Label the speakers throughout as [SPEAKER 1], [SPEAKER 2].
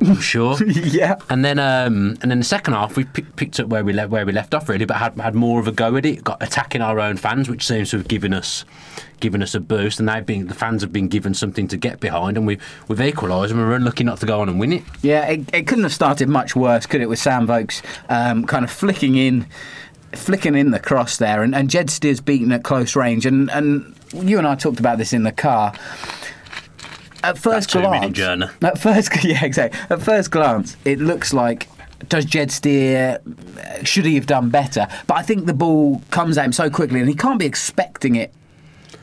[SPEAKER 1] I'm sure.
[SPEAKER 2] Yeah.
[SPEAKER 1] And then, um, and then the second half, we pick, picked up where we left where we left off really, but had had more of a go at it. Got attacking our own fans, which seems to have given us given us a boost. And they've been the fans have been given something to get behind, and we we've equalised, and we're unlucky not to go on and win it.
[SPEAKER 2] Yeah, it, it couldn't have started much worse, could it? With Sam Vokes um, kind of flicking in, flicking in the cross there, and, and Jed Steers beaten at close range. And and you and I talked about this in the car. At first
[SPEAKER 1] two-minute
[SPEAKER 2] glance,
[SPEAKER 1] journey.
[SPEAKER 2] at first, yeah, exactly. At first glance, it looks like. Does Jed Steer, should he have done better? But I think the ball comes at him so quickly and he can't be expecting it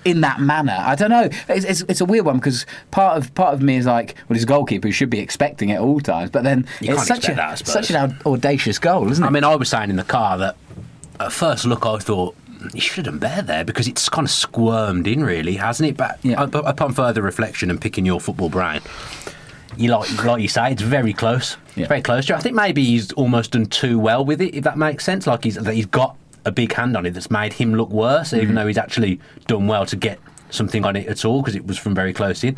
[SPEAKER 2] in that manner. I don't know. It's, it's, it's a weird one because part of part of me is like, well, he's a goalkeeper who should be expecting it at all times. But then
[SPEAKER 1] You
[SPEAKER 2] it's
[SPEAKER 1] can't
[SPEAKER 2] such a
[SPEAKER 1] expect that, I suppose.
[SPEAKER 2] such an aud- audacious goal, isn't it?
[SPEAKER 1] I mean, I was saying in the car that at first look, I thought you should have been there there because it's kind of squirmed in, really, hasn't it? But
[SPEAKER 2] Yeah.
[SPEAKER 1] up- upon further reflection and picking your football brain, you like like you say, it's very close.
[SPEAKER 2] Yeah.
[SPEAKER 1] It's very close. to it. I think maybe he's almost done too well with it, if that makes sense. Like he's that he's got a big hand on it that's made him look worse,
[SPEAKER 2] Mm-hmm.
[SPEAKER 1] even though he's actually done well to get something on it at all because it was from very close in.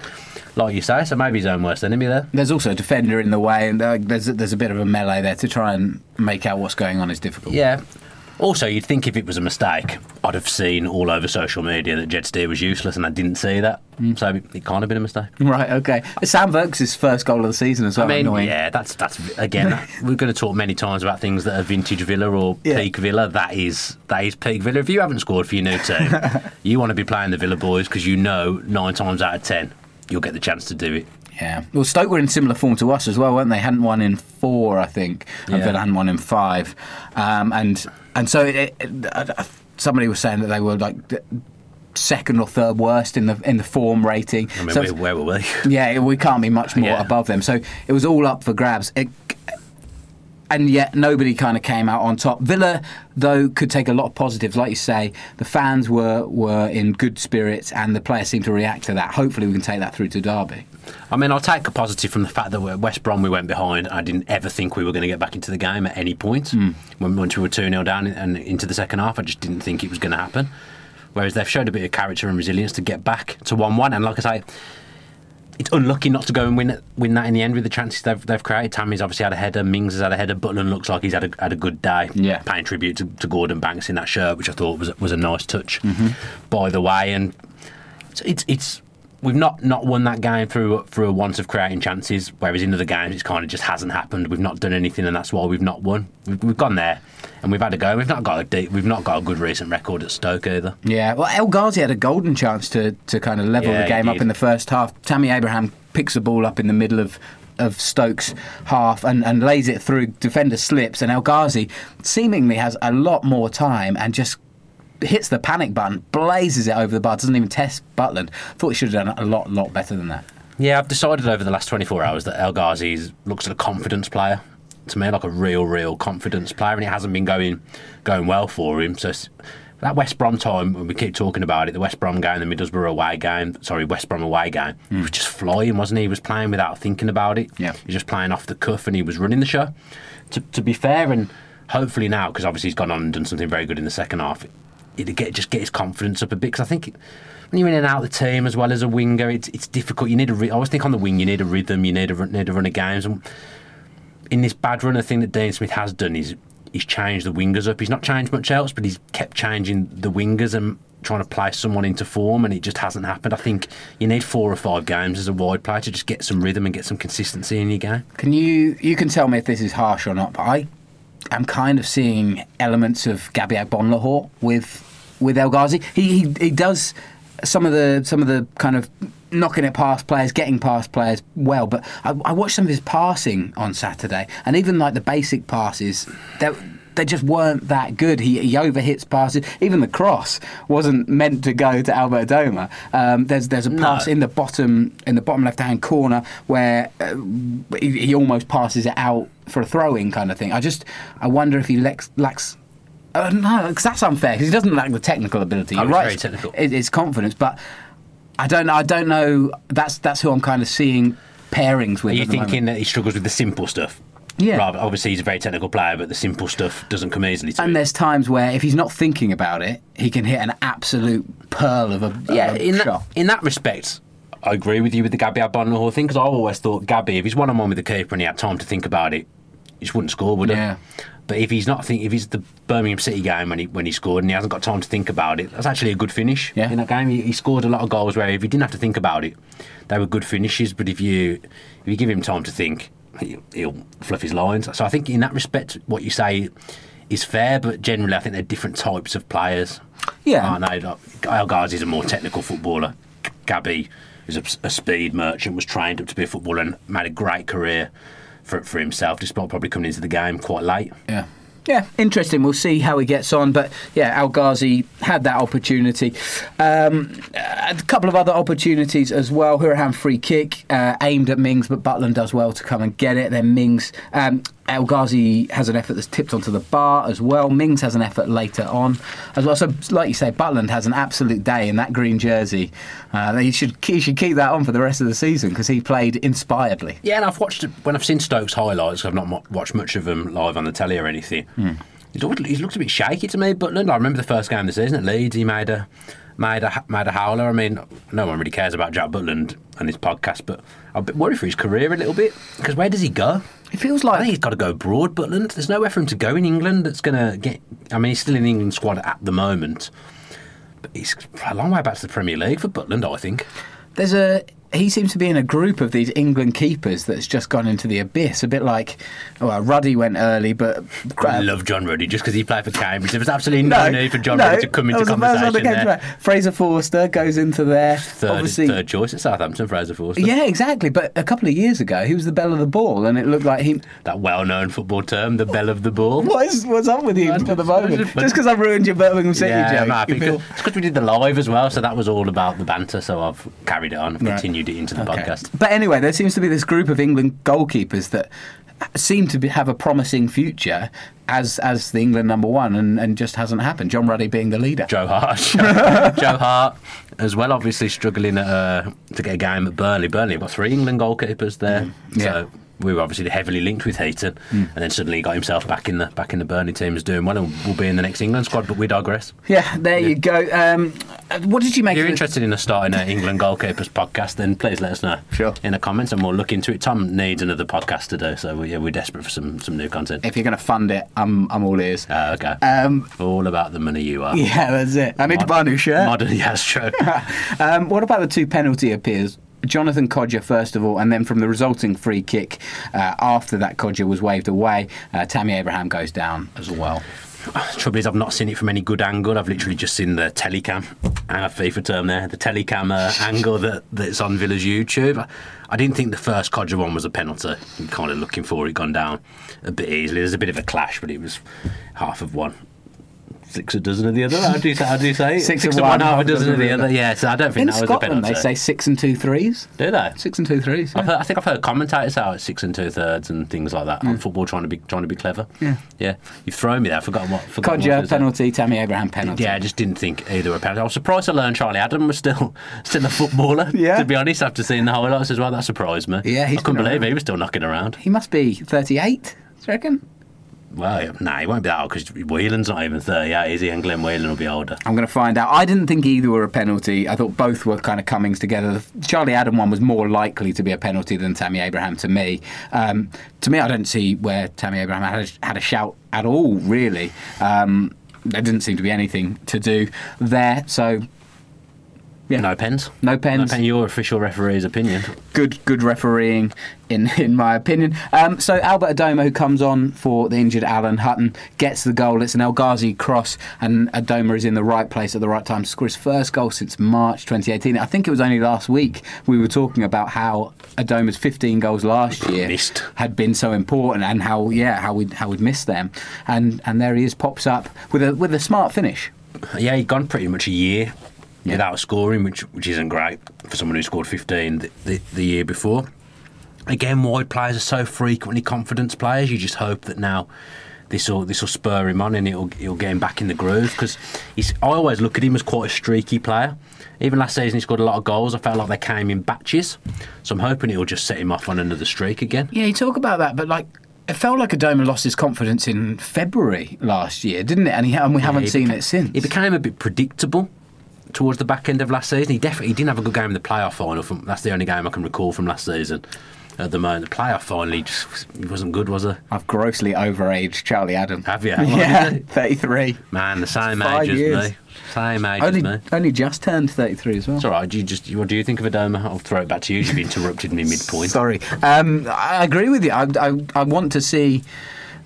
[SPEAKER 1] Like you say, so maybe his own worst enemy there.
[SPEAKER 2] there's also a defender in the way, and uh, there's a- there's a bit of a melee there to try and make out what's going on is difficult.
[SPEAKER 1] Yeah. Also, you'd think if it was a mistake, I'd have seen all over social media that Jed Steer was useless, and I didn't see that.
[SPEAKER 2] Mm.
[SPEAKER 1] So it, it can't have been a mistake.
[SPEAKER 2] Right. Okay. Sam Vokes' first goal of the season as well.
[SPEAKER 1] I mean,
[SPEAKER 2] annoying.
[SPEAKER 1] yeah, that's that's again. that- we're going to talk many times about things that are vintage Villa or
[SPEAKER 2] Yeah.
[SPEAKER 1] peak Villa. That is that is peak Villa. If you haven't scored for your new team, you want to be playing the Villa boys because you know nine times out of ten you'll get the chance to do it.
[SPEAKER 2] Yeah. Well, Stoke were in similar form to us as well, weren't they? Hadn't won in four, I think, and
[SPEAKER 1] Yeah.
[SPEAKER 2] Villa hadn't won in five, um, and and so it, it, I- I- somebody was saying that they were like the second or third worst in the in the form rating.
[SPEAKER 1] I mean,
[SPEAKER 2] So
[SPEAKER 1] where, where were we?
[SPEAKER 2] yeah, we can't be much more
[SPEAKER 1] Yeah.
[SPEAKER 2] above them. So it was all up for grabs. It, and yet nobody kind of came out on top. Villa, though, could take a lot of positives. Like you say, the fans were were in good spirits, and the players seemed to react to that. Hopefully, we can take that through to Derby.
[SPEAKER 1] I mean, I'll take a positive from the fact that at West Brom we went behind. I didn't ever think we were going to get back into the game at any point. When, once we were 2 0 down and into the second half, I just didn't think it was going to happen. Whereas they've showed a bit of character and resilience to get back to 1 1. And like I say, it's unlucky not to go and win win that in the end with the chances they've, they've created. Tammy's obviously had a header, Mings has had a header, Butland looks like he's had a, had a good day.
[SPEAKER 2] Yeah.
[SPEAKER 1] Paying tribute to, to Gordon Banks in that shirt, which I thought was, was a nice touch, by the way. And it's, it's it's we've not not won that game through through a want of creating chances. Whereas in other games, it's kind of just hasn't happened. We've not done anything, and that's why we've not won. We've, we've gone there, and we've had a go. We've not got a deep, we've not got a good recent record at Stoke either.
[SPEAKER 2] Yeah, well, El Ghazi had a golden chance to, to kind of level
[SPEAKER 1] Yeah,
[SPEAKER 2] the
[SPEAKER 1] he
[SPEAKER 2] game up
[SPEAKER 1] did.
[SPEAKER 2] in the first half. Tammy Abraham picks a ball up in the middle of, of Stokes' half and, and lays it through. Defender slips, and El Ghazi seemingly has a lot more time and just hits the panic button, blazes it over the bar, doesn't even test Butland. Thought he should have done a lot, lot better than that.
[SPEAKER 1] Yeah, I've decided over the last 24 hours that El Ghazi is- looks like a confidence player to me, like a real, real confidence player, and it hasn't been going going well for him. So s- that West Brom time, when we keep talking about it, the West Brom game, the Middlesbrough away game, sorry, West Brom away game, he was just flying, wasn't he? He was playing without thinking about it.
[SPEAKER 2] Yeah.
[SPEAKER 1] He was just playing off the cuff and he was running the show. To, to be fair, and hopefully now, because obviously he's gone on and done something very good in the second half, he'd get just get his confidence up a bit because I think it- when you're in and out of the team as well as a winger, it's it's difficult. You need a ry- I always think on the wing you need a rhythm, you need a run- need a run of games, and in this bad run, I think that Dane Smith has done is he's changed the wingers up. He's not changed much else, but he's kept changing the wingers and trying to play someone into form, and it just hasn't happened. I think you need four or five games as a wide player to just get some rhythm and get some consistency in your game.
[SPEAKER 2] Can you you can tell me if this is harsh or not? But I am kind of seeing elements of Gabby Agbonlahor with with El Ghazi. He, he he does some of the some of the kind of knocking it past players, getting past players well. But I, I watched some of his passing on Saturday, and even like the basic passes, they they just weren't that good. He, he overhits passes. Even the cross wasn't meant to go to Albert Doma. Um, there's there's a pass in the bottom in the bottom left hand corner where uh, he, he almost passes it out for a throw in kind of thing. I just I wonder if he lacks. lacks uh, no, because that's unfair. 'cause he doesn't lack the technical ability.
[SPEAKER 1] Oh,
[SPEAKER 2] You're
[SPEAKER 1] he's
[SPEAKER 2] right.
[SPEAKER 1] very technical.
[SPEAKER 2] It, it's confidence, but I don't. I don't know. That's that's who I'm kind of seeing pairings with.
[SPEAKER 1] Are you
[SPEAKER 2] at the moment.
[SPEAKER 1] thinking that he struggles with the simple stuff?
[SPEAKER 2] Yeah.
[SPEAKER 1] Rather, obviously, he's a very technical player, but the simple stuff doesn't come easily to him.
[SPEAKER 2] And there's times where if he's not thinking about it, he can hit an absolute pearl of a, of
[SPEAKER 1] yeah,
[SPEAKER 2] a
[SPEAKER 1] in that,
[SPEAKER 2] shot.
[SPEAKER 1] in that respect, I agree with you with the Gabby Agbonlahor thing because I always thought Gabby, if he's one on one with the keeper and he had time to think about it, he just wouldn't score, would he?
[SPEAKER 2] Yeah.
[SPEAKER 1] But if he's not think if he's the Birmingham City game when he when he scored and he hasn't got time to think about it, that's actually a good finish.
[SPEAKER 2] Yeah.
[SPEAKER 1] In that game, he, he scored a lot of goals where if he didn't have to think about it, they were good finishes. But if you if you give him time to think, he, he'll fluff his lines. So I think in that respect, what you say is fair. But generally, I think they're different types of players.
[SPEAKER 2] Yeah.
[SPEAKER 1] Aren't they? Like, Al Ghazi's a more technical footballer. Gabby is a, a speed merchant, was trained up to be a footballer and made a great career for, for himself, despite probably coming into the game quite late.
[SPEAKER 2] Yeah. Yeah, interesting. We'll see how he gets on. But yeah, Al Ghazi had that opportunity. Um, a couple of other opportunities as well. Hurahan free kick uh, aimed at Mings, but Butland does well to come and get it. Then Mings, um, Al Ghazi has an effort that's tipped onto the bar as well. Mings has an effort later on as well. So, like you say, Butland has an absolute day in that green jersey. Uh, he should he should keep that on for the rest of the season because he played inspiredly.
[SPEAKER 1] Yeah, and I've watched when I've seen Stokes highlights. I've not mu- watched much of them live on the telly or anything.
[SPEAKER 2] Hmm.
[SPEAKER 1] He's, always, he's looked a bit shaky to me, Butland. I remember the first game of the season at Leeds. He made a made a made a howler. I mean, no one really cares about Jack Butland and his podcast, but I'm a bit worried for his career a little bit because where does he go?
[SPEAKER 2] It feels
[SPEAKER 1] I
[SPEAKER 2] like
[SPEAKER 1] think he's got to go abroad, Butland. There's nowhere for him to go in England that's going to get. I mean, he's still in the England squad at the moment. But he's a long way back to the Premier League for Butland, I think.
[SPEAKER 2] There's a he seems to be in a group of these England keepers that's just gone into the abyss. A bit like, well, Ruddy went early, but
[SPEAKER 1] I love John Ruddy just because he played for Cambridge. There was absolutely no, need for John
[SPEAKER 2] no,
[SPEAKER 1] Ruddy to come
[SPEAKER 2] that
[SPEAKER 1] into
[SPEAKER 2] was the first one that
[SPEAKER 1] conversation
[SPEAKER 2] came to
[SPEAKER 1] there.
[SPEAKER 2] mind. Fraser Forster goes into there.
[SPEAKER 1] Third,
[SPEAKER 2] obviously,
[SPEAKER 1] third choice at Southampton, Fraser Forster.
[SPEAKER 2] yeah, exactly. But a couple of years ago, he was the bell of the ball, and it looked like he.
[SPEAKER 1] That well-known football term, the bell of the ball.
[SPEAKER 2] What is what's up with you at the moment?
[SPEAKER 1] just-
[SPEAKER 2] Just because I've ruined your Birmingham City
[SPEAKER 1] Yeah,
[SPEAKER 2] joke,
[SPEAKER 1] I'm happy.
[SPEAKER 2] you feel-
[SPEAKER 1] It's because we did the live as well, so that was all about the banter. So I've carried it on, I've
[SPEAKER 2] Right.
[SPEAKER 1] continued it into the
[SPEAKER 2] Okay.
[SPEAKER 1] podcast.
[SPEAKER 2] But anyway, there seems to be this group of England goalkeepers that seem to be, have a promising future as as the England number one, and, and just hasn't happened. John Ruddy being the leader.
[SPEAKER 1] Joe Hart, Joe Hart, as well. Obviously struggling at, uh, to get a game at Burnley. Burnley have got three England goalkeepers there,
[SPEAKER 2] Mm. Yeah. Mm.
[SPEAKER 1] so we were obviously heavily linked with Hayton, and then suddenly he got himself back in the back in the Burnley team, is doing well, and will be in the next England squad. But we digress.
[SPEAKER 2] Yeah, there you go. Um, what did you make?
[SPEAKER 1] If you're
[SPEAKER 2] of the-
[SPEAKER 1] interested in us starting an England goalkeepers podcast, then please let us know
[SPEAKER 2] Sure.
[SPEAKER 1] in the comments, and we'll look into it. Tom needs another podcast to do, so we, yeah, we're desperate for some some new content.
[SPEAKER 2] If you're going to fund it, I'm I'm all ears.
[SPEAKER 1] Uh, okay,
[SPEAKER 2] Um,
[SPEAKER 1] all about the money you are.
[SPEAKER 2] yeah, that's it. I need to buy a new shirt.
[SPEAKER 1] Modern, yeah, that's true.
[SPEAKER 2] um, what about the two penalty appeals? Jonathan Codger, first of all, and then from the resulting free kick uh, after that Codger was waved away, uh, Tammy Abraham goes down as well.
[SPEAKER 1] Trouble is, I've not seen it from any good angle. I've literally just seen the telecam, uh, FIFA term there, the telecam uh, angle that, that's on Villa's YouTube. I, I didn't think the first Codger one was a penalty. I'm kind of looking for it gone down a bit easily. There's a bit of a clash, but it was half of one. Six a dozen of the other. How do you say? How do you say? it?
[SPEAKER 2] Six of
[SPEAKER 1] of
[SPEAKER 2] one,
[SPEAKER 1] half a dozen of the other. Yeah, so I don't think
[SPEAKER 2] In
[SPEAKER 1] that
[SPEAKER 2] Scotland,
[SPEAKER 1] was
[SPEAKER 2] they
[SPEAKER 1] a penalty.
[SPEAKER 2] say six and two threes.
[SPEAKER 1] do they?
[SPEAKER 2] Six and two threes.
[SPEAKER 1] I've heard, I think I've heard commentators say oh, it's six and two thirds and things like that on football, trying to be trying to be clever.
[SPEAKER 2] Hmm. Yeah.
[SPEAKER 1] yeah. You've thrown me there. I've forgotten what. forgotten what it
[SPEAKER 2] Codger
[SPEAKER 1] was there.
[SPEAKER 2] penalty, Tammy Abraham penalty.
[SPEAKER 1] Yeah, I just didn't think either were penalty. I was surprised to learn Charlie Adam was still still a footballer.
[SPEAKER 2] Yeah.
[SPEAKER 1] To be honest, after seeing the highlights as well, that surprised me.
[SPEAKER 2] Yeah, he's
[SPEAKER 1] I couldn't
[SPEAKER 2] been
[SPEAKER 1] believe
[SPEAKER 2] around.
[SPEAKER 1] he was still knocking around.
[SPEAKER 2] he must be 38. Do you reckon?
[SPEAKER 1] Well, nah, he won't be that old because Whelan's not even 38, is he? And Glenn Whelan will be older.
[SPEAKER 2] I'm going to find out. I didn't think either were a penalty. I thought both were kind of comings together. The Charlie Adam one was more likely to be a penalty than Tammy Abraham to me. Um, to me, I don't see where Tammy Abraham had a, had a shout at all, really. Um, there didn't seem to be anything to do there. So, yeah.
[SPEAKER 1] No pens.
[SPEAKER 2] No pens.
[SPEAKER 1] No pen, your official referee's opinion.
[SPEAKER 2] good good refereeing in in my opinion. Um, so Albert Adoma, who comes on for the injured Alan Hutton, gets the goal. It's an El Ghazi cross, and Adoma is in the right place at the right time to score his first goal since March 2018. I think it was only last week we were talking about how Adoma's 15 goals last year
[SPEAKER 1] Missed.
[SPEAKER 2] had been so important, and how yeah how we how we'd missed them, and and there he is pops up with a with a smart finish.
[SPEAKER 1] Yeah, he'd gone pretty much a year without scoring, which which isn't great for someone who scored 15 the, the, the year before. Again, wide players are so frequently confidence players. You just hope that now this will this will spur him on and it'll it'll get him back in the groove because I always look at him as quite a streaky player. Even last season, he scored a lot of goals. I felt like they came in batches, so I'm hoping it'll just set him off on another streak again.
[SPEAKER 2] Yeah, you talk about that, but like. It felt like Adoma lost his confidence in February last year, didn't it? And, he, and we haven't
[SPEAKER 1] he
[SPEAKER 2] seen
[SPEAKER 1] beca-
[SPEAKER 2] it since.
[SPEAKER 1] He became a bit predictable towards the back end of last season. He definitely he didn't have a good game in the playoff final. From, that's the only game I can recall from last season. At the moment, the playoff final, he just he wasn't good, was he?
[SPEAKER 2] I've grossly overaged Charlie Adam.
[SPEAKER 1] Have you?
[SPEAKER 2] yeah, 33.
[SPEAKER 1] Man, the same
[SPEAKER 2] Five
[SPEAKER 1] age
[SPEAKER 2] years.
[SPEAKER 1] as me. Same age
[SPEAKER 2] Only,
[SPEAKER 1] as me.
[SPEAKER 2] only just turned 33 as well.
[SPEAKER 1] It's all right. Do you just what do you think of Adoma? I'll throw it back to you. You've interrupted me midpoint.
[SPEAKER 2] Sorry. Um, I agree with you. I, I, I want to see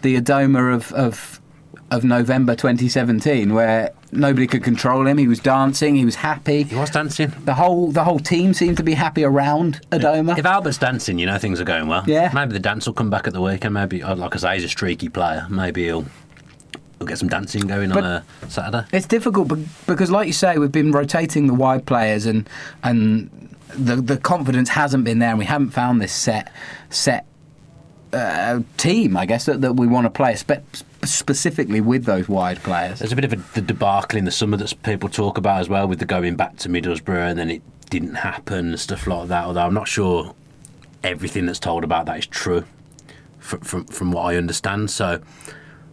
[SPEAKER 2] the Adoma of, of, of November 2017 where nobody could control him. He was dancing, he was happy.
[SPEAKER 1] He was dancing.
[SPEAKER 2] The whole, the whole team seemed to be happy around Adoma.
[SPEAKER 1] If Albert's dancing, you know things are going well.
[SPEAKER 2] Yeah.
[SPEAKER 1] Maybe the dance will come back at the weekend. Maybe, oh, like I say, he's a streaky player. Maybe he'll he'll get some dancing going
[SPEAKER 2] But-
[SPEAKER 1] on a Saturday.
[SPEAKER 2] It's difficult be- because, like you say, we've been rotating the wide players, and and the the confidence hasn't been there, and we haven't found this set set uh, team, I guess, that, that we want to play, spe- specifically with those wide players.
[SPEAKER 1] There's a bit of a the debacle in the summer that people talk about as well, with the going back to Middlesbrough and then it didn't happen and stuff like that. Although I'm not sure everything that's told about that is true, from from, from what I understand. So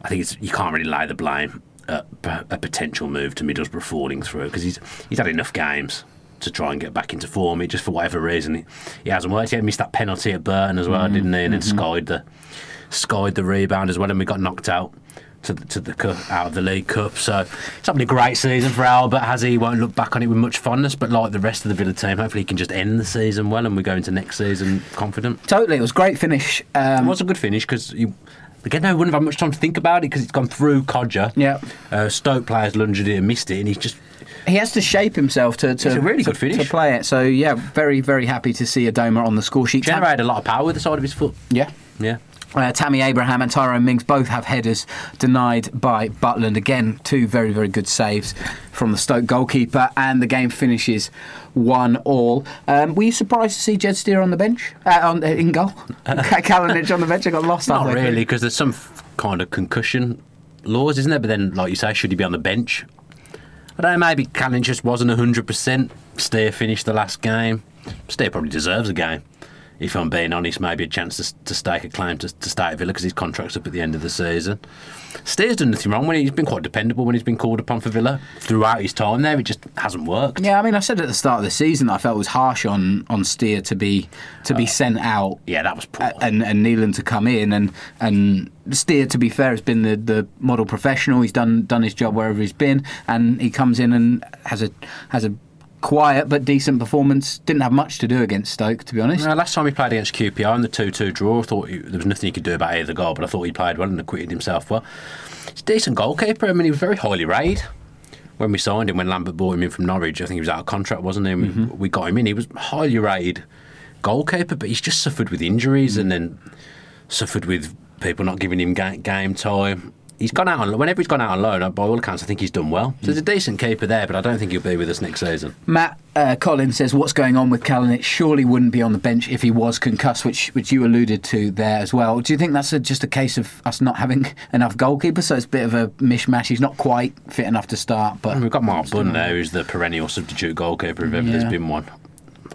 [SPEAKER 1] I think it's you can't really lay the blame at p- a potential move to Middlesbrough falling through because he's he's had enough games to try and get back into form. It just for whatever reason it, it hasn't worked. He had missed that penalty at Burton as well, didn't he? And then skied the skied the rebound as well, and we got knocked out. To the, to the cup, out of the League Cup, so it's not been a great season for Albert. Has he won't look back on it with much fondness, but like the rest of the Villa team, hopefully he can just end the season well, and we go into next season confident. Mm.
[SPEAKER 2] Totally, it was a great finish.
[SPEAKER 1] It
[SPEAKER 2] Um,
[SPEAKER 1] was a good finish because you. Again, I wouldn't have had much time to think about it because it's gone through Codger.
[SPEAKER 2] Yeah.
[SPEAKER 1] Uh, Stoke players lunged it and missed it, and he's just.
[SPEAKER 2] he has to shape himself to to,
[SPEAKER 1] It's a really
[SPEAKER 2] to-
[SPEAKER 1] good finish.
[SPEAKER 2] to play it. So yeah, very very happy to see Adoma on the score sheet.
[SPEAKER 1] Jenner had a lot of power with the side of his foot.
[SPEAKER 2] Yeah.
[SPEAKER 1] Yeah.
[SPEAKER 2] Uh, Tammy Abraham and Tyrone Mings both have headers denied by Butland. Again, two very, very good saves from the Stoke goalkeeper, and the game finishes one all. Um, were you surprised to see Jed Steer on the bench? Uh, on, uh, in goal? Kalinich on the bench? I got lost
[SPEAKER 1] Not
[SPEAKER 2] halfway through.
[SPEAKER 1] really, because there's some f- kind of concussion laws, isn't there? But then, like you say, should he be on the bench? I don't know, maybe Cannon just wasn't 100%. Steer finished the last game. Steer probably deserves a game. If I'm being honest, maybe a chance to, to stake a claim to, to stay at Villa because his contract's up at the end of the season. Steer's done nothing wrong when he's been quite dependable when he's been called upon for Villa throughout his time there. It just hasn't worked.
[SPEAKER 2] Yeah, I mean, I said at the start of the season I felt it was harsh on, on Steer to be to
[SPEAKER 1] Uh,
[SPEAKER 2] be sent out
[SPEAKER 1] Yeah, that was poor.
[SPEAKER 2] a- and and Nealon to come in and and Steer. To be fair, has been the, the model professional. He's done done his job wherever he's been, and he comes in and has a has a quiet but decent performance. Didn't have much to do against Stoke, to be honest.
[SPEAKER 1] Now, last time he played against QPR in the 2 2 draw, I thought he, there was nothing he could do about either goal, but I thought he played well and acquitted himself well. He's a decent goalkeeper. I mean, he was very highly rated when we signed him, when Lambert bought him in from Norwich. I think he was out of contract, wasn't he? And we- We got him in. He was highly rated goalkeeper, but he's just suffered with injuries and then suffered with people not giving him ga- game time. He's gone out on whenever he's gone out on loan. By all accounts, I think he's done well. So he's a decent keeper there, but I don't think he'll be with us next season.
[SPEAKER 2] Matt uh, Collins says, "What's going on with Kalinic? Surely wouldn't be on the bench if he was concussed, which which you alluded to there as well. Do you think that's a, just a case of us not having enough goalkeepers? So it's a bit of a mishmash. He's not quite fit enough to start, but
[SPEAKER 1] And We've got Mark Bunn there, who's the perennial substitute goalkeeper if ever there's
[SPEAKER 2] Yeah.
[SPEAKER 1] been one.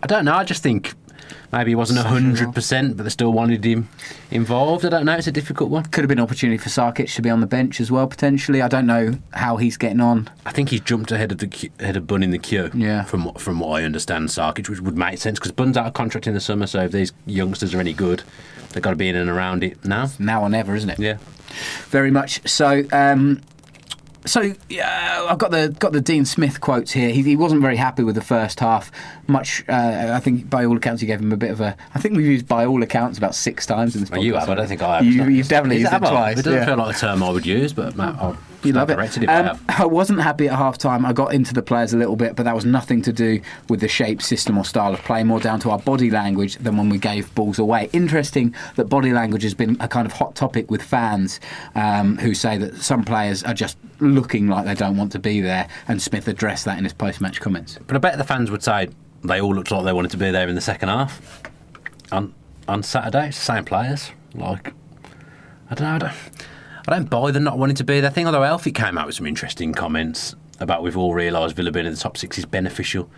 [SPEAKER 1] I don't know. I just think Maybe he wasn't hundred percent, but they still wanted him involved. I don't know. It's a difficult one.
[SPEAKER 2] Could have been an opportunity for Sarkic to be on the bench as well, potentially. I don't know how he's getting on.
[SPEAKER 1] I think he's jumped ahead of the que- ahead of Bun in the queue.
[SPEAKER 2] Yeah.
[SPEAKER 1] From what from what I understand, Sarkic, which would make sense because Bun's out of contract in the summer. So if these youngsters are any good, they've got to be in and around it now.
[SPEAKER 2] Now or never, isn't it?
[SPEAKER 1] Yeah.
[SPEAKER 2] Very much. So, um, so yeah, I've got the got the Dean Smith quotes here. He, he wasn't very happy with the first half. Much, uh, I think, by all accounts, he gave him a bit of a. I think we've used by all accounts about six times in this.
[SPEAKER 1] Well, you
[SPEAKER 2] podcast.
[SPEAKER 1] have. I don't think I have.
[SPEAKER 2] You, you've definitely
[SPEAKER 1] Is
[SPEAKER 2] used it
[SPEAKER 1] have I?
[SPEAKER 2] twice.
[SPEAKER 1] It doesn't
[SPEAKER 2] yeah.
[SPEAKER 1] feel like a term I would use, but Matt, I'll
[SPEAKER 2] You love it.
[SPEAKER 1] directed if I
[SPEAKER 2] Um,
[SPEAKER 1] have.
[SPEAKER 2] I wasn't happy at half time. I got into the players a little bit, but that was nothing to do with the shape, system, or style of play, more down to our body language than when we gave balls away. Interesting that body language has been a kind of hot topic with fans um, who say that some players are just looking like they don't want to be there, and Smith addressed that in his post match comments.
[SPEAKER 1] But I bet the fans would say they all looked like they wanted to be there in the second half. On on Saturday, it's the same players. Like, I don't know. I don't, I don't buy them not wanting to be there thing. Although Elfie came out with some interesting comments about we've all realised Villa being in the top six is beneficial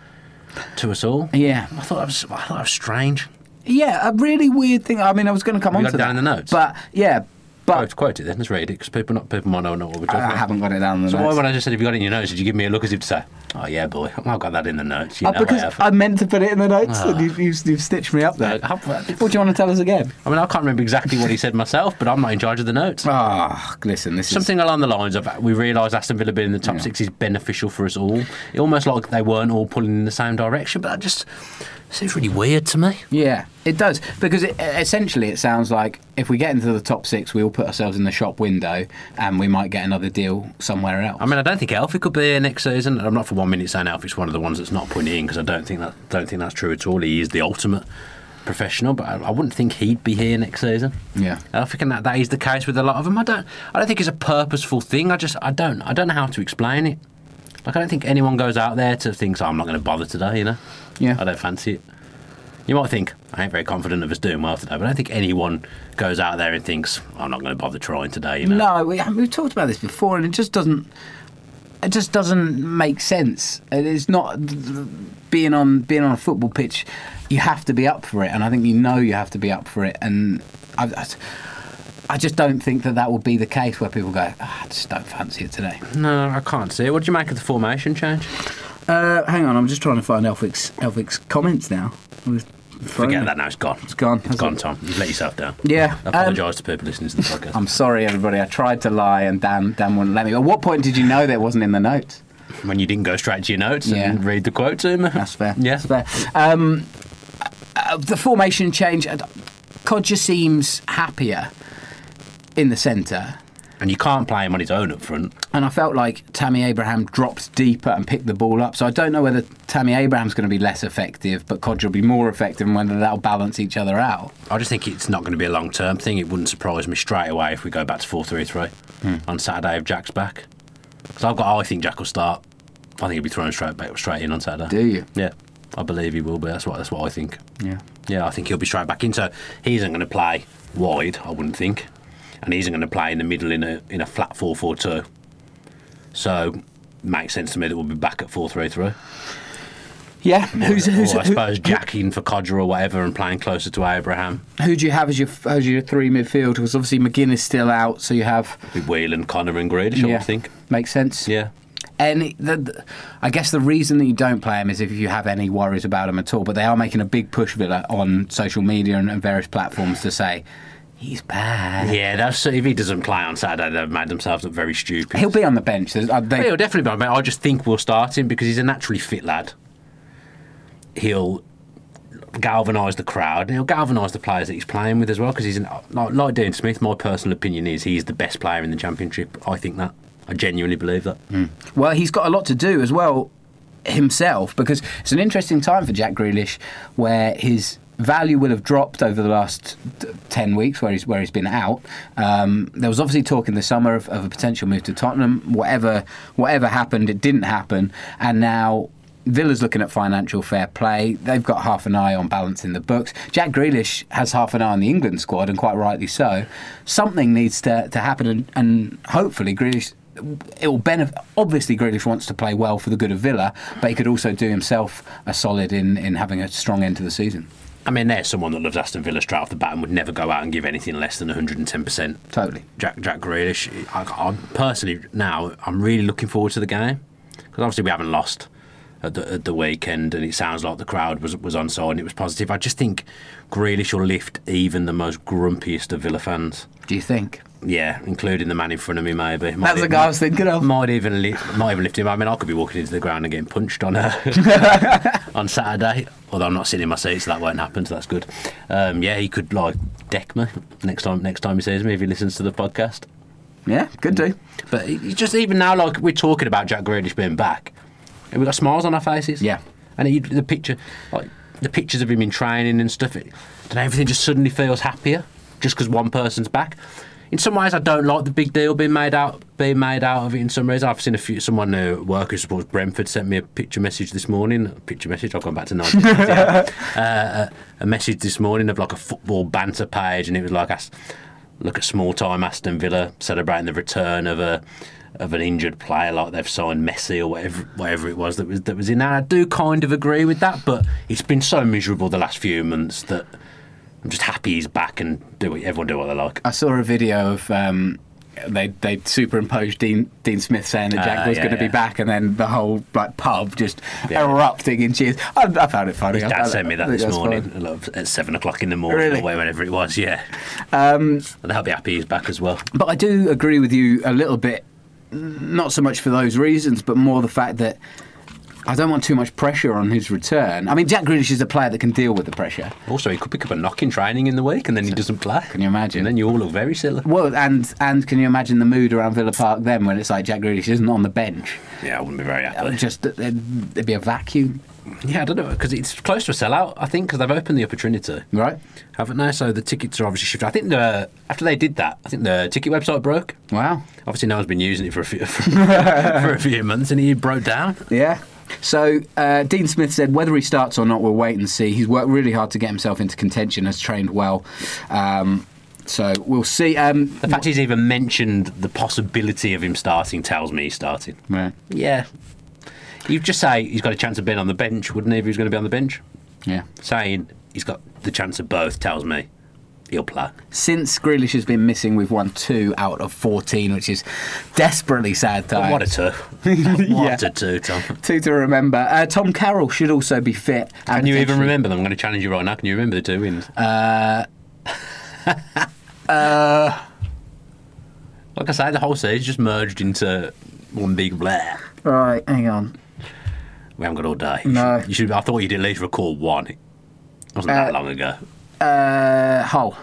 [SPEAKER 1] to us all.
[SPEAKER 2] Yeah.
[SPEAKER 1] I thought that was I thought that was strange.
[SPEAKER 2] Yeah, a really weird thing. I mean, I was going to come
[SPEAKER 1] Have
[SPEAKER 2] on
[SPEAKER 1] you
[SPEAKER 2] to
[SPEAKER 1] got it down
[SPEAKER 2] that.
[SPEAKER 1] in the notes?
[SPEAKER 2] But yeah, but
[SPEAKER 1] Quote, quote it then. Let's read it because people not people might not know what we're talking
[SPEAKER 2] I
[SPEAKER 1] about.
[SPEAKER 2] haven't got it down in the
[SPEAKER 1] So why
[SPEAKER 2] notes.
[SPEAKER 1] when I just said, "Have you got it in your notes?" Did you give me a look as if to say, "Oh yeah, boy, I've got that in the notes." You
[SPEAKER 2] Uh,
[SPEAKER 1] know, I,
[SPEAKER 2] because
[SPEAKER 1] have."
[SPEAKER 2] I Ah. meant to put it in the notes, and you've, you've, you've stitched me up there.
[SPEAKER 1] No, I've-
[SPEAKER 2] what do you want to tell us again?
[SPEAKER 1] I mean, I can't remember exactly what he said myself, but I'm not in charge of the notes.
[SPEAKER 2] Ah, listen, this
[SPEAKER 1] Something along the lines of we realise Aston Villa being in the top
[SPEAKER 2] Yeah.
[SPEAKER 1] six is beneficial for us all. It almost like they weren't all pulling in the same direction, but that just seems really weird to me.
[SPEAKER 2] Yeah, it does because it, essentially it sounds like if we get into the top six, we all put ourselves in the shop window, and we might get another deal somewhere else.
[SPEAKER 1] I mean, I don't think Alfie could be here next season. and I'm not for one minute saying Alfie's one of the ones that's not putting it in because I don't think that don't think that's true at all. He is the ultimate professional, but I, I wouldn't think he'd be here next season.
[SPEAKER 2] Yeah.
[SPEAKER 1] I think that that is the case with a lot of them. I don't I don't think it's a purposeful thing. I just I don't I don't know how to explain it. Like I don't think anyone goes out there to think, oh, I'm not going to bother today. You know.
[SPEAKER 2] Yeah.
[SPEAKER 1] I don't fancy it. You might think I ain't very confident of us doing well today, but I don't think anyone goes out there and thinks I'm not going to bother trying today. You know.
[SPEAKER 2] no, we, I mean, we've talked about this before, and it just doesn't. It just doesn't make sense. It is not being on being on a football pitch. You have to be up for it, and I think you know you have to be up for it. And I, I, I just don't think that that will be the case where people go, "Ah, I just don't fancy it today.
[SPEAKER 1] No, I can't see it. What do you make of the formation change?
[SPEAKER 2] Uh, hang on, I'm just trying to find Elphick's Elphick's comments now. We've thrown
[SPEAKER 1] Forget
[SPEAKER 2] it.
[SPEAKER 1] that now. It's gone. It's
[SPEAKER 2] gone,
[SPEAKER 1] It's
[SPEAKER 2] hasn't
[SPEAKER 1] gone,
[SPEAKER 2] it?
[SPEAKER 1] Tom. You've let yourself down.
[SPEAKER 2] Yeah,
[SPEAKER 1] I apologise to people listening to the podcast.
[SPEAKER 2] I'm sorry, everybody. I tried to lie, and Dan Dan wouldn't let me. At what point did you know that wasn't in the notes?
[SPEAKER 1] when you didn't go straight to your notes and
[SPEAKER 2] Yeah.
[SPEAKER 1] read the quote to me.
[SPEAKER 2] That's fair.
[SPEAKER 1] Yeah.
[SPEAKER 2] That's fair. Um, uh, the formation change. uh, Codger seems happier in the centre.
[SPEAKER 1] And you can't play him on his own up front.
[SPEAKER 2] And I felt like Tammy Abraham dropped deeper and picked the ball up. So I don't know whether Tammy Abraham's going to be less effective, but Codger will be more effective, and whether that'll balance each other out.
[SPEAKER 1] I just think it's not going to be a long term thing. It wouldn't surprise me straight away if we go back to 4 3 3
[SPEAKER 2] Hmm.
[SPEAKER 1] on Saturday if Jack's back. Because I've got, I think Jack will start. I think he'll be thrown straight back, straight in on Saturday.
[SPEAKER 2] Do you?
[SPEAKER 1] Yeah. I believe he will be. That's what, that's what I think.
[SPEAKER 2] Yeah.
[SPEAKER 1] Yeah, I think he'll be straight back in. So he isn't going to play wide, I wouldn't think, and he isn't going to play in the middle in a in a flat four four two. So makes sense to me that we'll be back at four three three.
[SPEAKER 2] Yeah, who's, who's,
[SPEAKER 1] or I
[SPEAKER 2] who,
[SPEAKER 1] suppose Jack in for Codger or whatever, and playing closer to Abraham
[SPEAKER 2] who do you have as your as your three midfield? Because obviously McGinn is still out, so you have
[SPEAKER 1] with Whelan, Connor, and Grealish. I
[SPEAKER 2] yeah,
[SPEAKER 1] would think.
[SPEAKER 2] makes sense.
[SPEAKER 1] Yeah.
[SPEAKER 2] and it- the, the- I guess the reason that you don't play him is if you have any worries about him at all. But they are making a big push Villa on social media and, and various platforms to say he's bad.
[SPEAKER 1] Yeah, that's if he doesn't play on Saturday, they've made themselves look very stupid.
[SPEAKER 2] He'll be on the bench. There's- uh,
[SPEAKER 1] Yeah,
[SPEAKER 2] they-
[SPEAKER 1] he'll definitely be. on, mate. I just think we'll start him because he's a naturally fit lad. He'll galvanise the crowd and he'll galvanise the players that he's playing with as well because he's an, like, like Dean Smith. My personal opinion is he's the best player in the championship. I think that. I genuinely believe that.
[SPEAKER 2] Well, he's got a lot to do as well himself because it's an interesting time for Jack Grealish where his value will have dropped over the last t- 10 weeks where he's where he's been out um, there was obviously talk in the summer of, of a potential move to Tottenham whatever whatever happened it didn't happen and now Villa's looking at financial fair play. They've got half an eye on balancing the books. Jack Grealish has half an eye on the England squad, and quite rightly so. Something needs to, to happen, and, and hopefully, Grealish it will benefit. Obviously, Grealish wants to play well for the good of Villa, but he could also do himself a solid in, in having a strong end to the season.
[SPEAKER 1] I mean, there's someone that loves Aston Villa straight off the bat and would never go out and give anything less than 110%.
[SPEAKER 2] Totally.
[SPEAKER 1] Jack Jack Grealish. I, I'm personally now I'm really looking forward to the game because obviously we haven't lost at the, at the weekend, and it sounds like the crowd was was on side and it was positive. I just think Grealish will lift even the most grumpiest of Villa fans.
[SPEAKER 2] Do you think?
[SPEAKER 1] Yeah, including the man in front of me, maybe. Might
[SPEAKER 2] That's the
[SPEAKER 1] even-
[SPEAKER 2] guy I was thinking of.
[SPEAKER 1] Might even li- might even lift him. I mean, I could be walking into the ground and getting punched on uh, on Saturday. Although I'm not sitting in my seat, so that won't happen. So that's good. Um, yeah, he could like deck me next time. Next time he sees me, if he listens to the podcast.
[SPEAKER 2] Yeah, could do.
[SPEAKER 1] But it- it's just even now, like we're talking about Jack Grealish being back, and we've got smiles on our faces.
[SPEAKER 2] Yeah.
[SPEAKER 1] and he, the picture, like the pictures of him in training and stuff, it, and everything just suddenly feels happier just because one person's back. In some ways, I don't like the big deal being made out being made out of it. In some ways, I've seen a few someone uh, at work who supports Brentford sent me a picture message this morning. A picture message. I've gone back to 1998. uh, a, a message this morning of like a football banter page, and it was like us look at small time Aston Villa celebrating the return of a of an injured player like they've signed Messi or whatever whatever it was that was that was in there. I do kind of agree with that, but it's been so miserable the last few months that I'm just happy he's back and do what everyone do what they like.
[SPEAKER 2] I saw a video of um, they they superimposed Dean Dean Smith saying that Jack
[SPEAKER 1] Ah,
[SPEAKER 2] was
[SPEAKER 1] yeah,
[SPEAKER 2] going to
[SPEAKER 1] yeah.
[SPEAKER 2] be back, and then the whole like pub just
[SPEAKER 1] Yeah.
[SPEAKER 2] erupting in cheers. I, I found it funny.
[SPEAKER 1] His
[SPEAKER 2] I-
[SPEAKER 1] dad
[SPEAKER 2] I-
[SPEAKER 1] sent
[SPEAKER 2] I
[SPEAKER 1] me that
[SPEAKER 2] think
[SPEAKER 1] this
[SPEAKER 2] that's
[SPEAKER 1] morning
[SPEAKER 2] fine.
[SPEAKER 1] love, at seven o'clock in the morning
[SPEAKER 2] Really? Um,
[SPEAKER 1] or whenever it was. Yeah, and they'll be happy he's back as well.
[SPEAKER 2] But I do agree with you a little bit, n- not so much for those reasons, but more the fact that. I don't want too much pressure on his return. I mean, Jack Grealish is a player that can deal with the pressure.
[SPEAKER 1] Also, he could pick up a knock in training in the week and then he doesn't play.
[SPEAKER 2] Can you imagine?
[SPEAKER 1] And then you all look very silly.
[SPEAKER 2] Well, and and can you imagine the mood around Villa Park then when it's like Jack Grealish isn't on the bench? Uh,
[SPEAKER 1] Yeah, I wouldn't be very happy.
[SPEAKER 2] Just there'd, there'd be a vacuum,
[SPEAKER 1] Yeah, I don't know because it's close to a sellout. I think because they've opened the opportunity,
[SPEAKER 2] right?
[SPEAKER 1] haven't they? So the tickets are obviously shifted. I think the after they did that, I think the ticket website broke.
[SPEAKER 2] Wow.
[SPEAKER 1] Obviously, no one's been using it for a few for, for a few months, and it broke down.
[SPEAKER 2] Yeah. So uh, Dean Smith said, whether he starts or not, we'll wait and see. He's worked really hard to get himself into contention, has trained well. Um, so we'll see. Um,
[SPEAKER 1] The fact he's even mentioned the possibility of him starting tells me he's starting.
[SPEAKER 2] yeah.
[SPEAKER 1] Yeah, you'd just say he's got a chance of being on the bench, wouldn't he? If he was going to be on the bench,
[SPEAKER 2] yeah.
[SPEAKER 1] saying he's got the chance of both tells me he'll play.
[SPEAKER 2] Since Grealish has been missing, we've won two out of 14, which is desperately sad times.
[SPEAKER 1] Oh, What a two! what a two, Tom.
[SPEAKER 2] two to remember. Uh, Tom Carroll should also be fit.
[SPEAKER 1] Can
[SPEAKER 2] and
[SPEAKER 1] you even
[SPEAKER 2] potentially-
[SPEAKER 1] remember them? I'm going to challenge you right now. Can you remember the two wins? Uh. Uh, like I say, the whole series just merged into one big bleh.
[SPEAKER 2] Right, hang on.
[SPEAKER 1] We haven't got all day.
[SPEAKER 2] No.
[SPEAKER 1] You should, you should- I thought you'd at least record one. It wasn't that
[SPEAKER 2] Uh,
[SPEAKER 1] long ago.
[SPEAKER 2] Uh, Hull.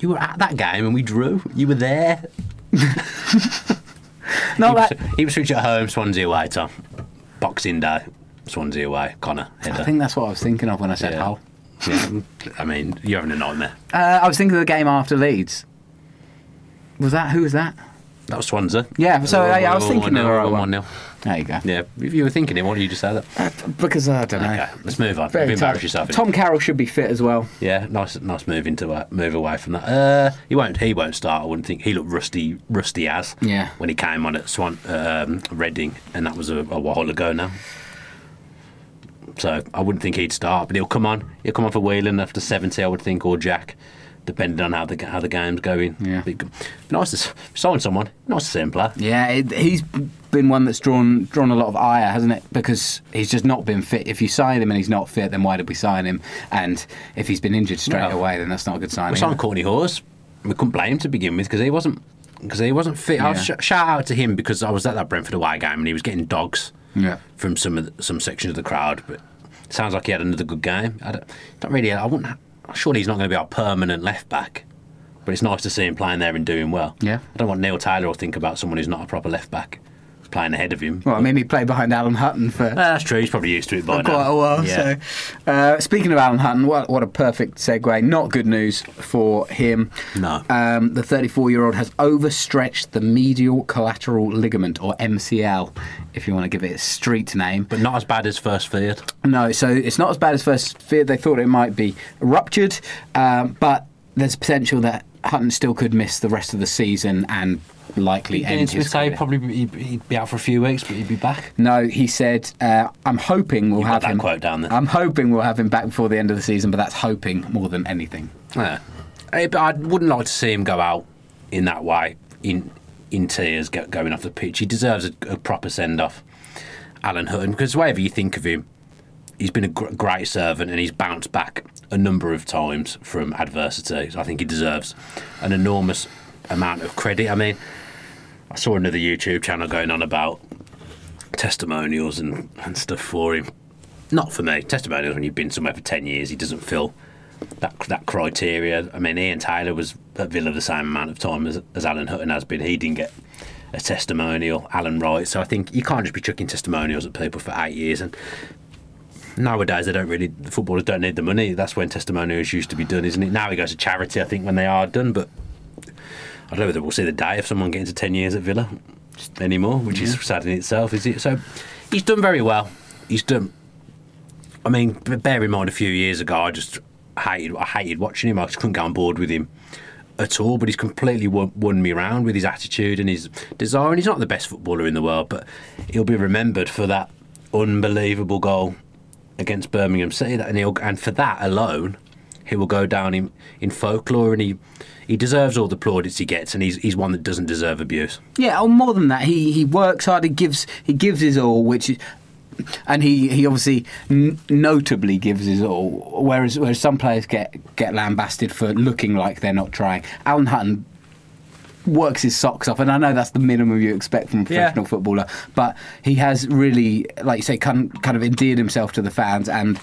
[SPEAKER 1] You were at that game and we drew. You were there.
[SPEAKER 2] Not
[SPEAKER 1] He
[SPEAKER 2] that.
[SPEAKER 1] was, he was switched at home, Swansea away, Tom. Boxing day, Swansea away, Connor.
[SPEAKER 2] I
[SPEAKER 1] Header.
[SPEAKER 2] think that's what I was thinking of when I said
[SPEAKER 1] Yeah.
[SPEAKER 2] Hull.
[SPEAKER 1] Yeah. I mean, you're having a nightmare.
[SPEAKER 2] Uh, I was thinking of the game after Leeds. Was that who was that?
[SPEAKER 1] That was Swansea.
[SPEAKER 2] Yeah, so, yeah, I was thinking of the right one.
[SPEAKER 1] 1-0.
[SPEAKER 2] There you go.
[SPEAKER 1] Yeah, if you were thinking it, why did you just say that?
[SPEAKER 2] Because I don't know.
[SPEAKER 1] Okay, let's move on.
[SPEAKER 2] Very
[SPEAKER 1] You've embarrassed
[SPEAKER 2] tired.
[SPEAKER 1] yourself.
[SPEAKER 2] Tom Carroll should be fit as well.
[SPEAKER 1] Yeah, nice, nice move into uh, move away from that. Uh, he won't. He won't start. I wouldn't think he looked rusty, rusty as.
[SPEAKER 2] Yeah.
[SPEAKER 1] When he came on at Swan um, Reading, and that was a, a while ago now. So I wouldn't think he'd start, but he'll come on. He'll come on for Whelan after seventy, I would think, or Jack, depending on how the how the game's going.
[SPEAKER 2] Yeah.
[SPEAKER 1] Be, nice to s- sign someone. Nice to see him play.
[SPEAKER 2] Yeah, it, he's been one that's drawn drawn a lot of ire, hasn't it? Because he's just not been fit. If you sign him and he's not fit, then why did we sign him? And if he's been injured straight
[SPEAKER 1] Well,
[SPEAKER 2] away, then that's not a good signing.
[SPEAKER 1] We signed Courtney Hawes. We couldn't blame him to begin with because he wasn't because he wasn't fit. I'll sh-
[SPEAKER 2] Yeah.
[SPEAKER 1] shout out to him because I was at that Brentford away game and he was getting dogs
[SPEAKER 2] Yeah.
[SPEAKER 1] from some of the, some sections of the crowd. But it sounds like he had another good game. I don't, don't really. I wouldn't. Surely he's not going to be our permanent left back. But it's nice to see him playing there and doing well.
[SPEAKER 2] Yeah.
[SPEAKER 1] I don't want Neil Taylor or think about someone who's not a proper left back playing ahead of him.
[SPEAKER 2] Well, I mean, he played behind Alan Hutton for
[SPEAKER 1] Uh, that's true. He's probably used to it by
[SPEAKER 2] for quite
[SPEAKER 1] now.
[SPEAKER 2] a while.
[SPEAKER 1] Yeah.
[SPEAKER 2] So, uh, speaking of Alan Hutton, what, what a perfect segue. Not good news for him.
[SPEAKER 1] No.
[SPEAKER 2] Um, the 34 year old has overstretched the medial collateral ligament, or MCL, if you want to give it its street name.
[SPEAKER 1] but not as bad as first feared.
[SPEAKER 2] No, so it's not as bad as first feared. They thought it might be ruptured, um, but there's potential that Hutton still could miss the rest of the season and likely end
[SPEAKER 1] Into
[SPEAKER 2] his
[SPEAKER 1] his
[SPEAKER 2] career.
[SPEAKER 1] probably be- he'd, he'd be out for a few weeks, but he'd be back.
[SPEAKER 2] No, he said, uh, "I'm hoping we'll
[SPEAKER 1] You've got
[SPEAKER 2] have
[SPEAKER 1] that
[SPEAKER 2] him."
[SPEAKER 1] quote down there.
[SPEAKER 2] I'm hoping we'll have him back before the end of the season, but that's hoping more than anything.
[SPEAKER 1] Yeah. Eh, But I wouldn't like to see him go out in that way, in in tears, go, going off the pitch. He deserves a, a proper send off, Alan Hutton, because whatever you think of him, he's been a gr- great servant and he's bounced back a number of times from adversity. So I think he deserves an enormous amount of credit. I mean, I saw another YouTube channel going on about testimonials and, and stuff for him. Not for me. Testimonials when you've been somewhere for ten years, he doesn't feel that that criteria. I mean, Ian Taylor was at Villa the same amount of time as, as Alan Hutton has been. He didn't get a testimonial. Alan Wright. So I think you can't just be chucking testimonials at people for eight years. And nowadays, they don't really. The footballers don't need the money. That's when testimonials used to be done, isn't it? Now it goes to charity. I think when they are done, but. I don't know whether we'll see the day of someone getting to 10 years at Villa anymore, which is sad in itself, is it? So he's done very well. He's done I mean, b- bear in mind, a few years ago, I just hated, I hated watching him. I just couldn't get on board with him at all. But he's completely won, won me round with his attitude and his desire. And he's not the best footballer in the world, but he'll be remembered for that unbelievable goal against Birmingham City. That, and, he'll, and for that alone, he will go down in, in folklore. And he, he deserves all the plaudits he gets. And he's, he's one that doesn't deserve abuse.
[SPEAKER 2] Yeah, or more than that, he he works hard. He gives he gives his all, which is. And he, he obviously n- notably gives his all, whereas whereas some players get, get lambasted for looking like they're not trying. Alan Hutton works his socks off, and I know that's the minimum you expect from a
[SPEAKER 1] Yeah.
[SPEAKER 2] professional footballer, but he has really, like you say, kind, kind of endeared himself to the fans and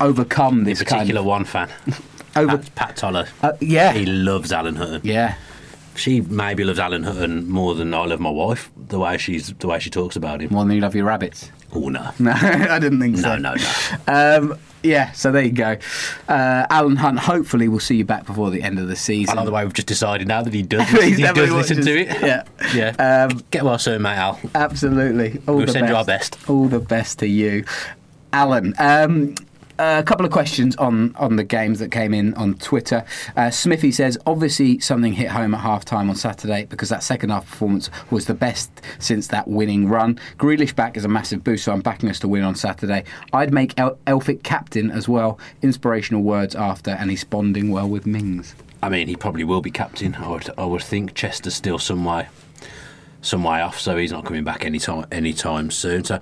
[SPEAKER 2] overcome this kind
[SPEAKER 1] Particular
[SPEAKER 2] of
[SPEAKER 1] one fan,
[SPEAKER 2] over.
[SPEAKER 1] Pat, Pat Toller.
[SPEAKER 2] Uh, yeah.
[SPEAKER 1] He loves Alan Hutton.
[SPEAKER 2] Yeah,
[SPEAKER 1] she maybe loves Alan Hutton more than I love my wife. The way she's the way she talks about him.
[SPEAKER 2] more than you love your rabbits.
[SPEAKER 1] Oh no,
[SPEAKER 2] No, I didn't think so.
[SPEAKER 1] no, no, no.
[SPEAKER 2] Um, yeah, so there you go. Uh, Alan Hunt, hopefully we'll see you back before the end of the
[SPEAKER 1] I
[SPEAKER 2] season.
[SPEAKER 1] like the way we've just decided now that he does.
[SPEAKER 2] He's
[SPEAKER 1] he does
[SPEAKER 2] definitely
[SPEAKER 1] listen to it.
[SPEAKER 2] watches- yeah. Uh,
[SPEAKER 1] yeah. Um, Get well soon, mate. Al.
[SPEAKER 2] Absolutely. All
[SPEAKER 1] We'll
[SPEAKER 2] the
[SPEAKER 1] send
[SPEAKER 2] best.
[SPEAKER 1] you our best.
[SPEAKER 2] All the best to you. Alan, um, a couple of questions on, on the games that came in on Twitter. Uh, Smithy says, obviously something hit home at half time on Saturday because that second half performance was the best since that winning run. Grealish back is a massive boost, so I'm backing us to win on Saturday. I'd make El- Elphick captain as well. Inspirational words after, and he's bonding well with Mings.
[SPEAKER 1] I mean, he probably will be captain. I would, I would think Chester's still some way, some way off, so he's not coming back anytime, anytime soon. So,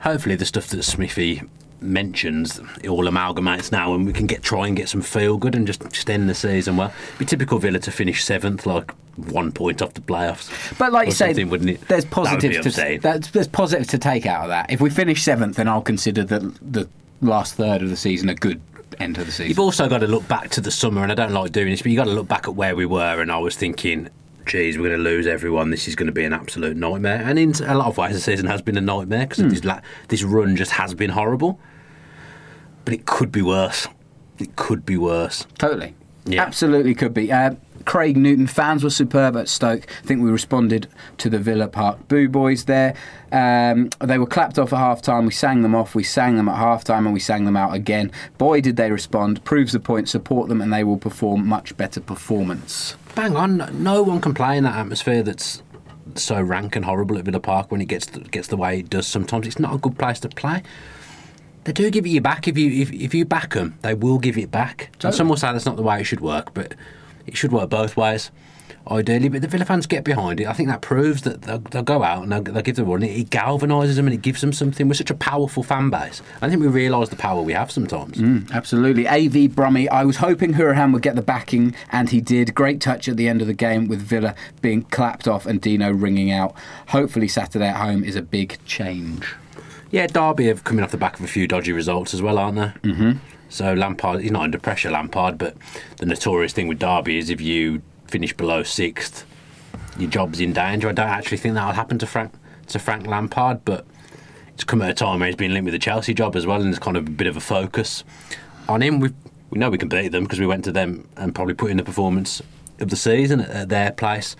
[SPEAKER 1] hopefully, the stuff that Smithy mentions it all amalgamates now, and we can get try and get some feel good and just, just end the season well. Be typical Villa to finish seventh, like one point off the playoffs.
[SPEAKER 2] But like
[SPEAKER 1] or
[SPEAKER 2] you say,
[SPEAKER 1] something, wouldn't it?
[SPEAKER 2] there's
[SPEAKER 1] That would be
[SPEAKER 2] positives to
[SPEAKER 1] upsetting.
[SPEAKER 2] that's, there's positives to take out of that. If we finish seventh, then I'll consider the the last third of the season a good end of the
[SPEAKER 1] You've
[SPEAKER 2] season.
[SPEAKER 1] also got to look back to the summer, and I don't like doing this, but you've got to look back at where we were, and I was thinking, geez, we're going to lose everyone. This is going to be an absolute nightmare. And in a lot of ways, the season has been a nightmare because this, la- this run just has been horrible. But it could be worse. It could be worse.
[SPEAKER 2] Totally,
[SPEAKER 1] Yeah.
[SPEAKER 2] absolutely could be. Uh, Craig Newton fans were superb at Stoke. I think we responded to the Villa Park Boo Boys there. Um, they were clapped off at half time. We sang them off. We sang them at half time and we sang them out again. Boy, did they respond. Proves the point. Support them and they will perform much better performance.
[SPEAKER 1] Bang on. No one can play in that atmosphere that's so rank and horrible at Villa Park when it gets the, gets the way it does. Sometimes it's not a good place to play. They do give it you back if you if, if you back them, they will give it back. And some will say that's not the way it should work, but it should work both ways, ideally. But the Villa fans get behind it. I think that proves that they'll, they'll go out and they'll, they'll give the run. It, it galvanises them and it gives them something. We're such a powerful fan base. I think we realise the power we have sometimes.
[SPEAKER 2] Absolutely. AV Brummy. I was hoping Hurahan would get the backing, and he did. Great touch at the end of the game with Villa being clapped off and Dino ringing out. Hopefully, Saturday at home is a big change.
[SPEAKER 1] Yeah, Derby have coming off the back of a few dodgy results as well, aren't they? Mm-hmm. So Lampard, he's not under pressure, Lampard, but the notorious thing with Derby is if you finish below sixth, your job's in danger. I don't actually think that'll happen to Frank to Frank Lampard, but it's come at a time where he's been linked with the Chelsea job as well, and there's kind of a bit of a focus on him. We we know we can beat them because we went to them and probably put in the performance of the season at, at their place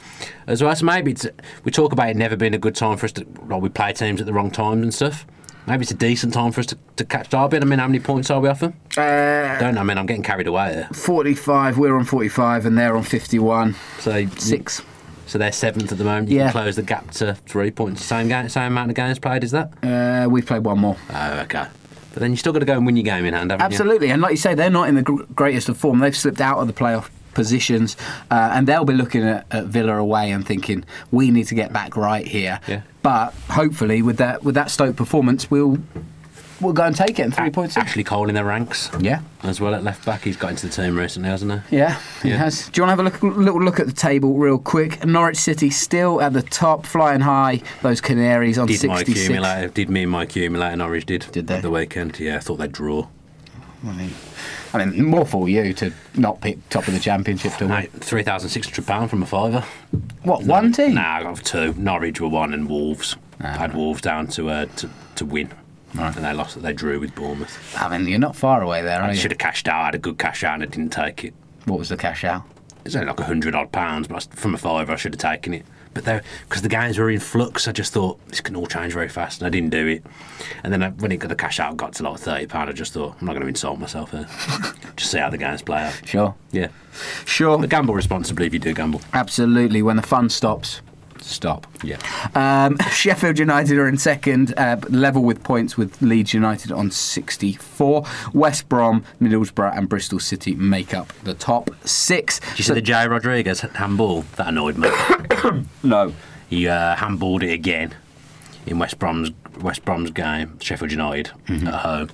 [SPEAKER 1] as well. So maybe it's we talk about it never being a good time for us to well, we play teams at the wrong times and stuff. Maybe it's a decent time for us to, to catch Derby. And I mean, how many points are we off them?
[SPEAKER 2] Uh,
[SPEAKER 1] don't know. I mean, I'm getting carried away here.
[SPEAKER 2] 45, we're on 45, and they're on 51.
[SPEAKER 1] So
[SPEAKER 2] Six.
[SPEAKER 1] So they're seventh at the moment. You
[SPEAKER 2] Yeah.
[SPEAKER 1] can close the gap to three points. Same game, same amount of games played, is that?
[SPEAKER 2] Uh, we've played one more.
[SPEAKER 1] Oh, okay. But then you still got to go and win your game in hand, haven't you?
[SPEAKER 2] Absolutely, and like you say, they're not in the gr- greatest of form. They've slipped out of the playoff positions, uh, and they'll be looking at, at Villa away and thinking we need to get back right here.
[SPEAKER 1] Yeah.
[SPEAKER 2] But hopefully, with that with that Stoke performance, we'll we'll go and take it in three points.
[SPEAKER 1] Ashley Cole in their ranks.
[SPEAKER 2] Yeah.
[SPEAKER 1] As well at left back, he's got into the team recently, hasn't he?
[SPEAKER 2] Yeah, he
[SPEAKER 1] Yeah.
[SPEAKER 2] has. Do you want to have a look, little look at the table real quick? Norwich City still at the top, flying high. Those Canaries on
[SPEAKER 1] Did my
[SPEAKER 2] 66.
[SPEAKER 1] accumulator? Did me and my accumulator? Norwich did.
[SPEAKER 2] Did they?
[SPEAKER 1] at the weekend? Yeah, I thought they'd draw.
[SPEAKER 2] I mean, I mean, more for you to not pick top of the championship to win.
[SPEAKER 1] Mate, three thousand six hundred pound from a fiver.
[SPEAKER 2] What one team?
[SPEAKER 1] Nah, I got two. Norwich were one and Wolves. I had Wolves down to uh, to to win, and they lost. They drew with Bournemouth.
[SPEAKER 2] I mean, you're not far away there, are
[SPEAKER 1] I
[SPEAKER 2] you?
[SPEAKER 1] should have cashed out. I had a good cash out and I didn't take it.
[SPEAKER 2] What was the cash out?
[SPEAKER 1] It's only like a hundred odd pounds, but I s- from a fiver I should have taken it. But they because the games were in flux, I just thought this can all change very fast, and I didn't do it. And then I, when it got the cash out, got to like thirty pound. I just thought I'm not going to insult myself here. just see how the games play out.
[SPEAKER 2] Sure.
[SPEAKER 1] Yeah,
[SPEAKER 2] Sure.
[SPEAKER 1] but gamble responsibly if you do gamble.
[SPEAKER 2] Absolutely. When the fun stops, stop.
[SPEAKER 1] Yeah.
[SPEAKER 2] Um, Sheffield United are in second, uh, but level with points with Leeds United on 64. West Brom, Middlesbrough, and Bristol City make up the top six.
[SPEAKER 1] Did you see
[SPEAKER 2] So-
[SPEAKER 1] the Jay Rodriguez handball? That annoyed me.
[SPEAKER 2] no.
[SPEAKER 1] he uh, handballed it again in West Brom's West Brom's game, Sheffield United
[SPEAKER 2] Mm-hmm.
[SPEAKER 1] at home.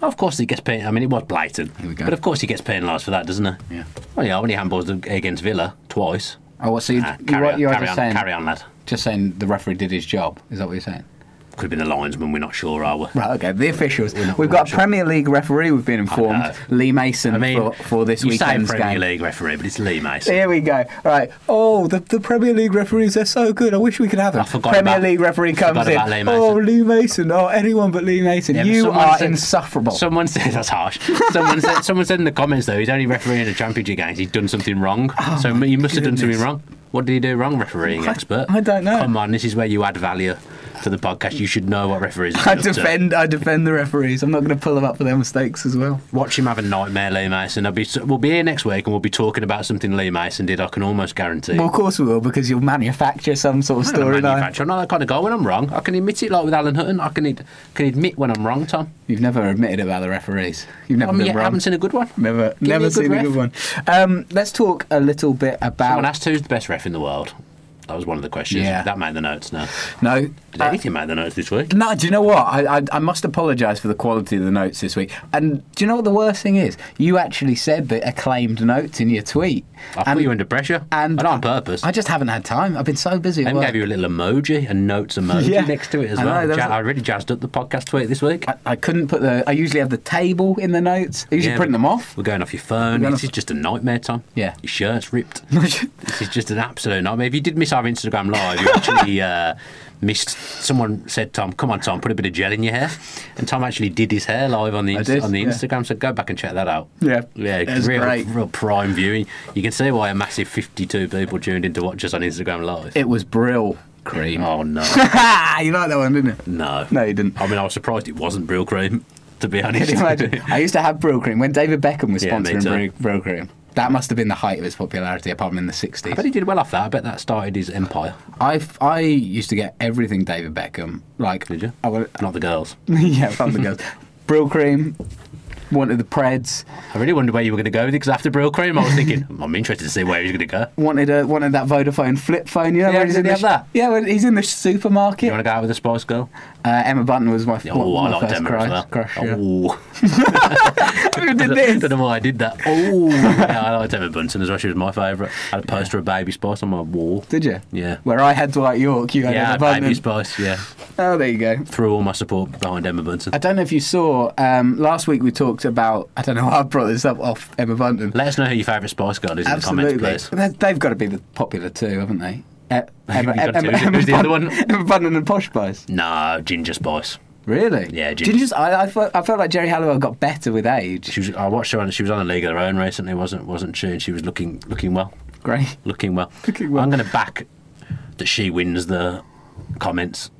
[SPEAKER 1] Of course, he gets pen. I mean, it was blatant,
[SPEAKER 2] we go.
[SPEAKER 1] but of course he gets penalised for that, doesn't he?
[SPEAKER 2] Yeah.
[SPEAKER 1] Well, yeah, when he handballs against Villa twice.
[SPEAKER 2] Oh, what, so you,
[SPEAKER 1] Ah,
[SPEAKER 2] you're,
[SPEAKER 1] carry on,
[SPEAKER 2] you're
[SPEAKER 1] carry
[SPEAKER 2] just
[SPEAKER 1] on,
[SPEAKER 2] saying,
[SPEAKER 1] carry on, lad.
[SPEAKER 2] just saying the referee did his job. Is that what you're saying?
[SPEAKER 1] Could have been the linesman. We're not sure, are we?
[SPEAKER 2] Right, okay. The officials.
[SPEAKER 1] not-
[SPEAKER 2] We've
[SPEAKER 1] we're
[SPEAKER 2] got
[SPEAKER 1] not
[SPEAKER 2] a
[SPEAKER 1] sure.
[SPEAKER 2] Premier League referee. We've been informed, Lee Mason,
[SPEAKER 1] I mean,
[SPEAKER 2] for, for this
[SPEAKER 1] you
[SPEAKER 2] weekend's
[SPEAKER 1] say Premier
[SPEAKER 2] game.
[SPEAKER 1] League referee, but it's Lee Mason.
[SPEAKER 2] Here we go. All right. Oh, the, the Premier League referees, they're so good. I wish we could have them.
[SPEAKER 1] I forgot
[SPEAKER 2] Premier
[SPEAKER 1] about-
[SPEAKER 2] League referee
[SPEAKER 1] forgot
[SPEAKER 2] comes in.
[SPEAKER 1] about Lee Mason.
[SPEAKER 2] oh, Lee Mason. Oh, anyone but Lee Mason.
[SPEAKER 1] Yeah, but
[SPEAKER 2] you
[SPEAKER 1] someone
[SPEAKER 2] are
[SPEAKER 1] said-
[SPEAKER 2] insufferable.
[SPEAKER 1] Someone said that's harsh. Someone said someone said in the comments though he's only refereeing a championship game. He's done something wrong. so he must have done something
[SPEAKER 2] Oh goodness.
[SPEAKER 1] wrong. What did he do wrong, refereeing expert?
[SPEAKER 2] I don't know.
[SPEAKER 1] Come on, this is where you add value to the podcast. You should know what referees. are
[SPEAKER 2] I
[SPEAKER 1] up to.
[SPEAKER 2] defend. I defend the referees. I'm not going to pull them up for their mistakes as well.
[SPEAKER 1] Watch him have a nightmare, Lee Mason. I'll be, we'll be here next week and we'll be talking about something Lee Mason did. I can almost guarantee.
[SPEAKER 2] Well, of course we will, because you'll manufacture some sort of
[SPEAKER 1] I'm not a
[SPEAKER 2] storyline.
[SPEAKER 1] manufacturer, I'm not that kind of guy. When I'm wrong, I can admit it. Like with Alan Hutton, I can ad- can admit when I'm wrong, Tom.
[SPEAKER 2] You've never admitted about the referees. You've never
[SPEAKER 1] I
[SPEAKER 2] been
[SPEAKER 1] mean, Um, yeah, I
[SPEAKER 2] wrong.
[SPEAKER 1] haven't seen a good one.
[SPEAKER 2] Never,
[SPEAKER 1] me
[SPEAKER 2] never
[SPEAKER 1] a good
[SPEAKER 2] seen
[SPEAKER 1] ref.
[SPEAKER 2] a good one. Um, let's talk a little bit about.
[SPEAKER 1] Someone asked who's the best ref in the world. That was one of the questions.
[SPEAKER 2] Yeah.
[SPEAKER 1] That made the notes now.
[SPEAKER 2] no,
[SPEAKER 1] Did
[SPEAKER 2] uh,
[SPEAKER 1] anything make the notes this week?
[SPEAKER 2] No, do you know what? I, I, I must apologise for the quality of the notes this week. And do you know what the worst thing is? You actually said that acclaimed notes in your tweet.
[SPEAKER 1] I put
[SPEAKER 2] and,
[SPEAKER 1] you under pressure.
[SPEAKER 2] and-
[SPEAKER 1] but on purpose.
[SPEAKER 2] I
[SPEAKER 1] I
[SPEAKER 2] just haven't had time. I've been so busy. At
[SPEAKER 1] then
[SPEAKER 2] work.
[SPEAKER 1] gave you a little emoji, a notes emoji
[SPEAKER 2] Yeah.
[SPEAKER 1] next to it as
[SPEAKER 2] I know,
[SPEAKER 1] well.
[SPEAKER 2] there
[SPEAKER 1] Ja-
[SPEAKER 2] was a-
[SPEAKER 1] I really jazzed up the podcast tweet this week.
[SPEAKER 2] I, I couldn't put the. I usually have the table in the notes. I usually
[SPEAKER 1] Yeah,
[SPEAKER 2] print
[SPEAKER 1] but
[SPEAKER 2] them off.
[SPEAKER 1] We're going off your phone.
[SPEAKER 2] going
[SPEAKER 1] This
[SPEAKER 2] off-
[SPEAKER 1] is just a nightmare, Tom.
[SPEAKER 2] Yeah.
[SPEAKER 1] Your shirt's ripped. this is just an absolute nightmare. If you did miss our Instagram live, you actually uh, missed. Someone said, Tom, come on, Tom, put a bit of gel in your hair. And Tom actually did his hair live on the,
[SPEAKER 2] I
[SPEAKER 1] Inst-
[SPEAKER 2] did,
[SPEAKER 1] on the
[SPEAKER 2] yeah.
[SPEAKER 1] Instagram. So go back and check that out.
[SPEAKER 2] Yeah,
[SPEAKER 1] Yeah.
[SPEAKER 2] that was
[SPEAKER 1] real,
[SPEAKER 2] great.
[SPEAKER 1] real prime viewing. You can see why a massive 52 people tuned in to watch us on Instagram live.
[SPEAKER 2] It was Brill cream.
[SPEAKER 1] oh, no.
[SPEAKER 2] Ha! you like that one, didn't it?
[SPEAKER 1] No.
[SPEAKER 2] No, you didn't.
[SPEAKER 1] I mean, I was surprised it wasn't Brill Cream, to be
[SPEAKER 2] Can
[SPEAKER 1] honest.
[SPEAKER 2] you imagine? I used to have Brill cream when David Beckham was
[SPEAKER 1] Yeah, me
[SPEAKER 2] sponsoring
[SPEAKER 1] too.
[SPEAKER 2] Brill, Brill cream. That must have been the height of its popularity, apart from in the 60s.
[SPEAKER 1] I bet he did well off that. I bet that started his empire.
[SPEAKER 2] I I used to get everything David Beckham. Like
[SPEAKER 1] Did you?
[SPEAKER 2] I would,
[SPEAKER 1] Not the girls.
[SPEAKER 2] yeah, from the girls. Brill cream. Wanted the Preds.
[SPEAKER 1] I really wondered where you were going to go with it because after Brill Cream, I was thinking, I'm interested to see where he's going to go.
[SPEAKER 2] Wanted a wanted that Vodafone flip phone. You know,
[SPEAKER 1] Yeah,
[SPEAKER 2] where he's
[SPEAKER 1] did
[SPEAKER 2] in
[SPEAKER 1] he
[SPEAKER 2] the
[SPEAKER 1] have that?
[SPEAKER 2] Yeah, when he's in the
[SPEAKER 1] You
[SPEAKER 2] supermarket.
[SPEAKER 1] want to go out with a Spice Girl?
[SPEAKER 2] Uh, Emma Bunton was my,
[SPEAKER 1] Oh,
[SPEAKER 2] my
[SPEAKER 1] I like
[SPEAKER 2] first
[SPEAKER 1] Emma
[SPEAKER 2] crush.
[SPEAKER 1] as well.
[SPEAKER 2] crush, yeah.
[SPEAKER 1] oh,
[SPEAKER 2] Who did
[SPEAKER 1] I
[SPEAKER 2] this?
[SPEAKER 1] don't know why I did that. Oh, yeah, I liked Emma Bunton as well. She was my favourite. I had a poster of Baby Spice on my wall.
[SPEAKER 2] Did you?
[SPEAKER 1] Yeah.
[SPEAKER 2] Where I had Dwight York, you had
[SPEAKER 1] yeah,
[SPEAKER 2] Emma Bunton.
[SPEAKER 1] Baby Spice. Yeah,
[SPEAKER 2] Oh, there you go.
[SPEAKER 1] threw all my support behind Emma Bunton.
[SPEAKER 2] I don't know if you saw um, last week we talked about. I don't know why I brought this up off Emma Bunton.
[SPEAKER 1] Let us know who your favourite Spice Girl is in the comments, please.
[SPEAKER 2] They- They've got to be the popular two, haven't they? E- Emma,
[SPEAKER 1] You've got two. Who's the
[SPEAKER 2] Bun-
[SPEAKER 1] other one?
[SPEAKER 2] Emma Bunton and Posh Spice.
[SPEAKER 1] No, Ginger Spice.
[SPEAKER 2] Really?
[SPEAKER 1] Yeah,
[SPEAKER 2] Did you
[SPEAKER 1] Ginger.
[SPEAKER 2] just? I, I, felt, I felt like Jerry Halliwell got better with age.
[SPEAKER 1] She was. I watched her on. She was on a League of Her Own recently, wasn't wasn't she? And she was looking looking well,
[SPEAKER 2] Great.
[SPEAKER 1] looking well.
[SPEAKER 2] Looking well.
[SPEAKER 1] I'm going to back that she wins the comments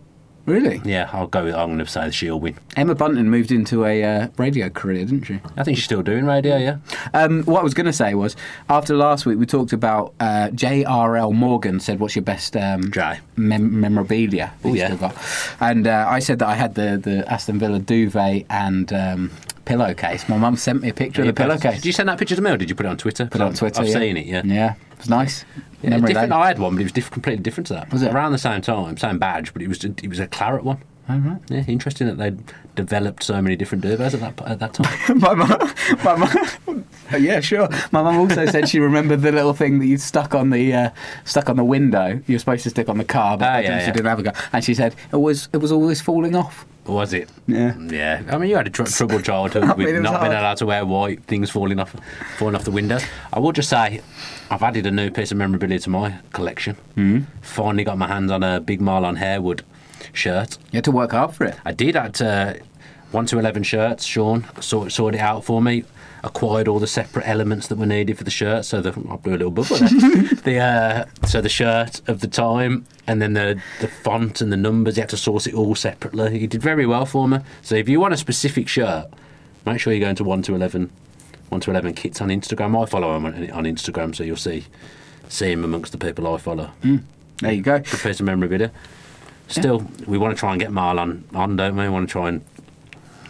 [SPEAKER 2] Really?
[SPEAKER 1] Yeah, I'll go. With, I'm going to say she'll win.
[SPEAKER 2] Emma Bunton moved into a uh, radio career, didn't she?
[SPEAKER 1] I think she's still doing radio. Yeah.
[SPEAKER 2] Um, what I was going to say was, after last week, we talked about uh, J.R.L. Morgan said, "What's your best um,
[SPEAKER 1] J.
[SPEAKER 2] mem- memorabilia?" that
[SPEAKER 1] Oh,
[SPEAKER 2] you
[SPEAKER 1] yeah.
[SPEAKER 2] still got? And uh, I said that I had the, the Aston Villa duvet and um, pillowcase. My mum sent me a picture of the pillowcase.
[SPEAKER 1] Did you send that picture to me, or did you put it on Twitter?
[SPEAKER 2] put it on Twitter?
[SPEAKER 1] I've
[SPEAKER 2] yeah.
[SPEAKER 1] seen it. Yeah.
[SPEAKER 2] yeah, it was nice.
[SPEAKER 1] Yeah,
[SPEAKER 2] Memory
[SPEAKER 1] different.
[SPEAKER 2] lane.
[SPEAKER 1] I had one, but it was diff- completely different to that.
[SPEAKER 2] Was it?
[SPEAKER 1] around the same time, same badge, but it was it was a claret one. Oh, right. Yeah, interesting that they developed so many different duvets at that at that time.
[SPEAKER 2] My mum, my mum,
[SPEAKER 1] Uh,
[SPEAKER 2] yeah, sure. My mum also said she remembered the little thing that you stuck on the uh, stuck on the window. You were supposed to stick on the car, but
[SPEAKER 1] Ah,
[SPEAKER 2] I
[SPEAKER 1] yeah,
[SPEAKER 2] think she
[SPEAKER 1] yeah.
[SPEAKER 2] didn't have a car. And she said it was it was always falling off.
[SPEAKER 1] Was it?
[SPEAKER 2] Yeah.
[SPEAKER 1] Yeah. I mean, you had a tr- troubled childhood
[SPEAKER 2] I
[SPEAKER 1] with
[SPEAKER 2] mean, it was
[SPEAKER 1] not being
[SPEAKER 2] hard.
[SPEAKER 1] allowed to wear white, things falling off, falling off the windows. I will just say, I've added a new piece of memorabilia to my collection.
[SPEAKER 2] Hmm.
[SPEAKER 1] Mm. Finally got my hands on a big Marlon Harewood shirt.
[SPEAKER 2] You had to work hard for it.
[SPEAKER 1] I did at uh, 1 to 11 shirts. Sean sort, sorted it out for me, acquired all the separate elements that were needed for the shirt. So the, I blew a little bubble there. the, uh, so the shirt of the time and then the, the font and the numbers, you had to source it all separately. He did very well for me. So if you want a specific shirt, make sure you go into 1 to 11. 1 to 11 kits on Instagram. I follow him on, on Instagram, so you'll see see him amongst the people I follow.
[SPEAKER 2] There you go.
[SPEAKER 1] Prepares a memory video. Still, we want to try and get Marlon on, don't we? We want to try and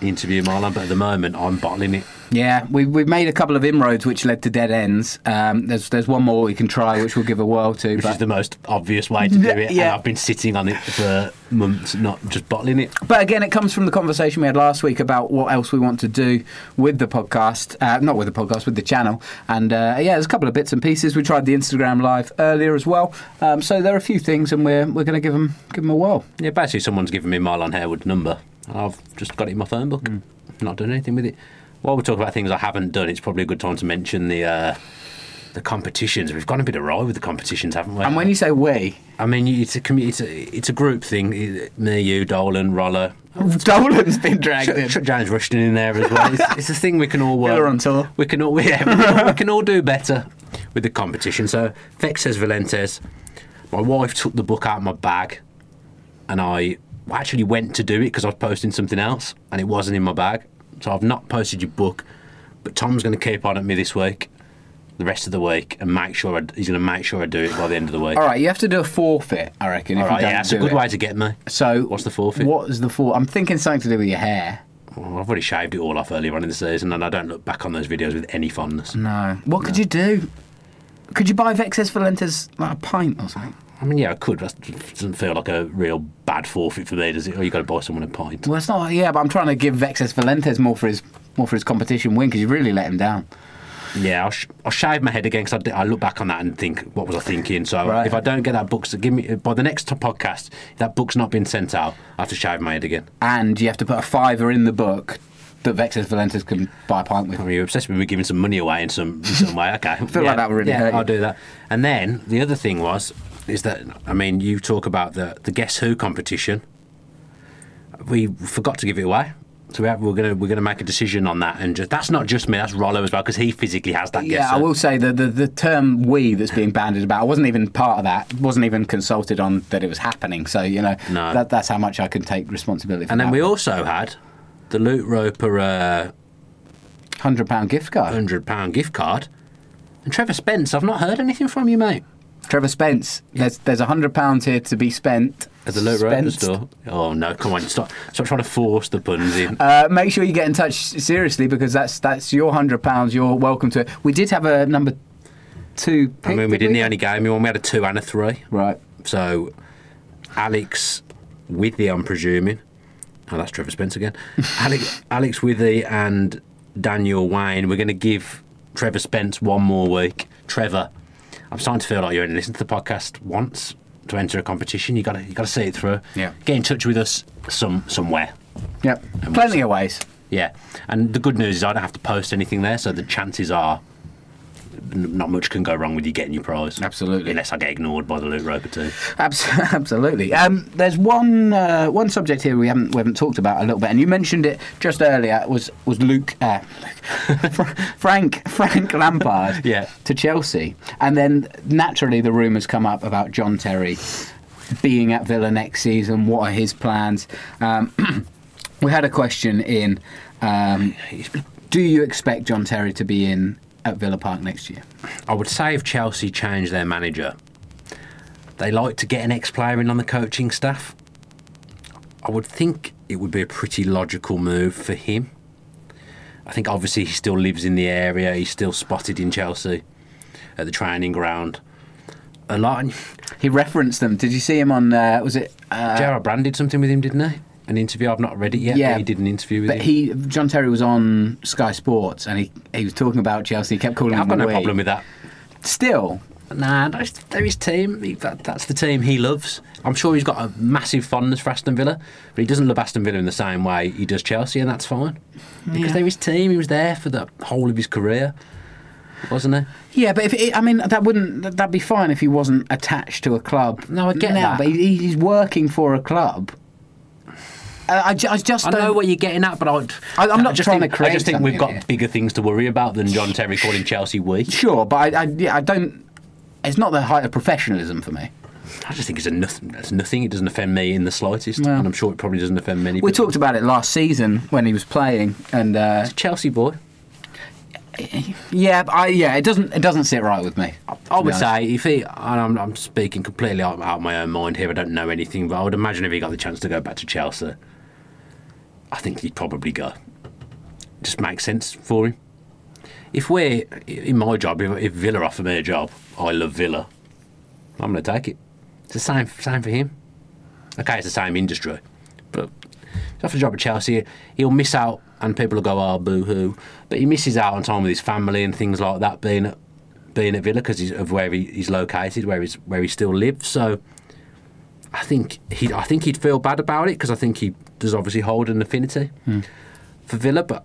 [SPEAKER 1] interview Marlon, but at the moment, I'm bottling it.
[SPEAKER 2] Yeah, we we made a couple of inroads which led to dead ends. Um, there's there's one more we can try, which we'll give a whirl to.
[SPEAKER 1] Which
[SPEAKER 2] but
[SPEAKER 1] is the most obvious way to do it, and
[SPEAKER 2] yeah.
[SPEAKER 1] I've been sitting on it for months, not just bottling it.
[SPEAKER 2] But again, it comes from the conversation we had last week about what else we want to do with the podcast, uh, not with the podcast, with the channel. And uh, yeah, there's a couple of bits and pieces. We tried the Instagram live earlier as well, um, so there are a few things, and we're we're going to give them a whirl.
[SPEAKER 1] Yeah, basically, someone's given me Marlon Harewood's number, and I've just got it in my phone book.
[SPEAKER 2] Mm.
[SPEAKER 1] Not done anything with it. While we talk about things I haven't done, it's probably a good time to mention the uh, the competitions. We've gone a bit awry with the competitions, haven't we?
[SPEAKER 2] And when you say we,
[SPEAKER 1] I mean, it's a commu- it's a, it's a group thing. Me, you, Dolan, Rollo.
[SPEAKER 2] Dolan's been dragged
[SPEAKER 1] Chuck,
[SPEAKER 2] in.
[SPEAKER 1] Chuck Jones Rushton in there as well. It's, it's a thing we can all work.
[SPEAKER 2] Killer on tour.
[SPEAKER 1] We can all yeah, we, can all, we can all do better with the competition. So Vexes Valentes, my wife took the book out of my bag, and I actually went to do it because I was posting something else, and it wasn't in my bag. So I've not posted your book, but Tom's going to keep on at me this week, the rest of the week, and make sure I, he's going to make sure I do it by the end of the week.
[SPEAKER 2] All right, you have to do a forfeit, I reckon.
[SPEAKER 1] All
[SPEAKER 2] if you
[SPEAKER 1] right,
[SPEAKER 2] don't
[SPEAKER 1] yeah, that's
[SPEAKER 2] do
[SPEAKER 1] a good
[SPEAKER 2] it.
[SPEAKER 1] way to get me.
[SPEAKER 2] So
[SPEAKER 1] What's the forfeit?
[SPEAKER 2] What is the forfeit? I'm thinking something to do with your hair.
[SPEAKER 1] Well, I've already shaved it all off earlier on in the season, and I don't look back on those videos with any fondness.
[SPEAKER 2] No. What could you do? Could you buy Vexes Valentes like a pint or something?
[SPEAKER 1] I mean, yeah, I could. That doesn't feel like a real bad forfeit for me, does it? Oh, you got to buy someone a pint.
[SPEAKER 2] Well, it's not. Yeah, but I'm trying to give Vexes Valentes more for his more for his competition win because you've really let him down.
[SPEAKER 1] Yeah, I'll, sh- I'll shave my head again because I, d- I look back on that and think, what was I thinking? So
[SPEAKER 2] Right.
[SPEAKER 1] if I don't get that book, so give me by the next t- podcast, if that book's not been sent out, I have to shave my head again.
[SPEAKER 2] And you have to put a fiver in the book that Vexes Valentes can buy a pint with.
[SPEAKER 1] I mean, you're obsessed with me giving some money away in some, in some way. Okay, I
[SPEAKER 2] feel like that would really
[SPEAKER 1] yeah,
[SPEAKER 2] hurt you.
[SPEAKER 1] I'll do that. And then the other thing was, is that I mean, you talk about the the Guess Who competition. We forgot to give it away, so we have, we're gonna we're gonna make a decision on that. And just, that's not just me; that's Rollo as well, because he physically has that.
[SPEAKER 2] Yeah,
[SPEAKER 1] guess
[SPEAKER 2] I
[SPEAKER 1] who.
[SPEAKER 2] will say that the, the term "we" that's being banded about, I wasn't even part of that. Wasn't even consulted on that it was happening. So you know,
[SPEAKER 1] No.
[SPEAKER 2] that, that's how much I can take responsibility. for
[SPEAKER 1] And then
[SPEAKER 2] that.
[SPEAKER 1] we also had the Loot Roper uh,
[SPEAKER 2] hundred pound gift card.
[SPEAKER 1] hundred pound gift card. And Trevor Spence, I've not heard anything from you, mate.
[SPEAKER 2] Trevor Spence, there's there's hundred pounds here to be spent.
[SPEAKER 1] At the Loot Roper
[SPEAKER 2] Spenced.
[SPEAKER 1] store. Oh no! Come on, stop! Stop trying to force the puns in.
[SPEAKER 2] Uh, make sure you get in touch seriously because that's that's your hundred pounds. You're welcome to it. We did have a number two. Pick,
[SPEAKER 1] I mean, we
[SPEAKER 2] did
[SPEAKER 1] didn't the only game we won. We had a two and a three.
[SPEAKER 2] Right.
[SPEAKER 1] So, Alex with the, I'm presuming. Oh, that's Trevor Spence again. Alex, Alex Withy and Daniel Wayne. We're going to give Trevor Spence one more week. Trevor, I'm starting to feel like you only listen to the podcast once to enter a competition. You got to you got to see it through.
[SPEAKER 2] Yeah.
[SPEAKER 1] Get in touch with us some somewhere.
[SPEAKER 2] Yep. Plenty of ways.
[SPEAKER 1] Yeah, and the good news is I don't have to post anything there, so the chances are n- not much can go wrong with you getting your prize.
[SPEAKER 2] Absolutely.
[SPEAKER 1] Unless I get ignored by the loot roper too.
[SPEAKER 2] Abs- absolutely. Um, there's one uh, one subject here we haven't we haven't talked about a little bit, and you mentioned it just earlier. Was was Luke uh, Fra- Frank Frank Lampard
[SPEAKER 1] Yeah.
[SPEAKER 2] to Chelsea, and then naturally the rumours come up about John Terry being at Villa next season? What are his plans? Um, we had a question in um, Do you expect John Terry to be in at Villa Park next year?
[SPEAKER 1] I would say if Chelsea change their manager, they like to get an ex player in on the coaching staff. I would think it would be a pretty logical move for him. I think obviously he still lives in the area, he's still spotted in Chelsea at the training ground. A lot.
[SPEAKER 2] He referenced them. Did you see him on, uh, was it? Uh,
[SPEAKER 1] Gerard Brand did something with him, didn't he? An interview. I've not read it yet, but he did an interview with
[SPEAKER 2] but
[SPEAKER 1] him.
[SPEAKER 2] he John Terry was on Sky Sports and he, he was talking about Chelsea. He kept calling
[SPEAKER 1] I've
[SPEAKER 2] him
[SPEAKER 1] got no
[SPEAKER 2] away.
[SPEAKER 1] problem with that.
[SPEAKER 2] Still,
[SPEAKER 1] Nah, that's, they're his team. He- that, that's the team he loves. I'm sure he's got a massive fondness for Aston Villa, but he doesn't love Aston Villa in the same way he does Chelsea, and that's fine. Because they're his team. He was there for the whole of his career, wasn't he?
[SPEAKER 2] Yeah, but if it, I mean that wouldn't that- that'd be fine if he wasn't attached to a club.
[SPEAKER 1] No, I get that.
[SPEAKER 2] but he, he's working for a club.
[SPEAKER 3] Uh,
[SPEAKER 2] I, I ju- I just
[SPEAKER 1] I
[SPEAKER 2] don't
[SPEAKER 1] know what you're getting at, but I,
[SPEAKER 2] I- I'm not
[SPEAKER 1] I just
[SPEAKER 2] trying
[SPEAKER 1] think,
[SPEAKER 2] to create
[SPEAKER 1] I just think we've got
[SPEAKER 2] something here.
[SPEAKER 1] bigger things to worry about than John Terry calling Chelsea we.
[SPEAKER 2] sure, but I, I, yeah, I don't. It's not the height of professionalism for me.
[SPEAKER 1] I just think it's a nothing. That's nothing. It doesn't offend me in the slightest,
[SPEAKER 2] Well.
[SPEAKER 1] and I'm sure it probably doesn't offend many.
[SPEAKER 2] We
[SPEAKER 1] people.
[SPEAKER 2] talked about it last season when he was playing, and uh,
[SPEAKER 1] Chelsea boy.
[SPEAKER 2] yeah, but I, yeah, it doesn't it doesn't sit right with me.
[SPEAKER 1] I would
[SPEAKER 2] honest.
[SPEAKER 1] say if he, and I'm, I'm speaking completely out, out of my own mind here. I don't know anything, but I would imagine if he got the chance to go back to Chelsea, I think he'd probably go. Just makes sense for him. If we're in my job, if, if Villa offer me a job, I love Villa. I'm going to take it. It's the same same for him. Okay, it's the same industry, but he's off a job at Chelsea. He'll miss out, and people will go, "Oh, boo hoo," but he misses out on time with his family and things like that. Being at being at Villa because of where he, he's located, where he's where he still lives. So I think he I think he'd feel bad about it because I think he does obviously hold an affinity for Villa. But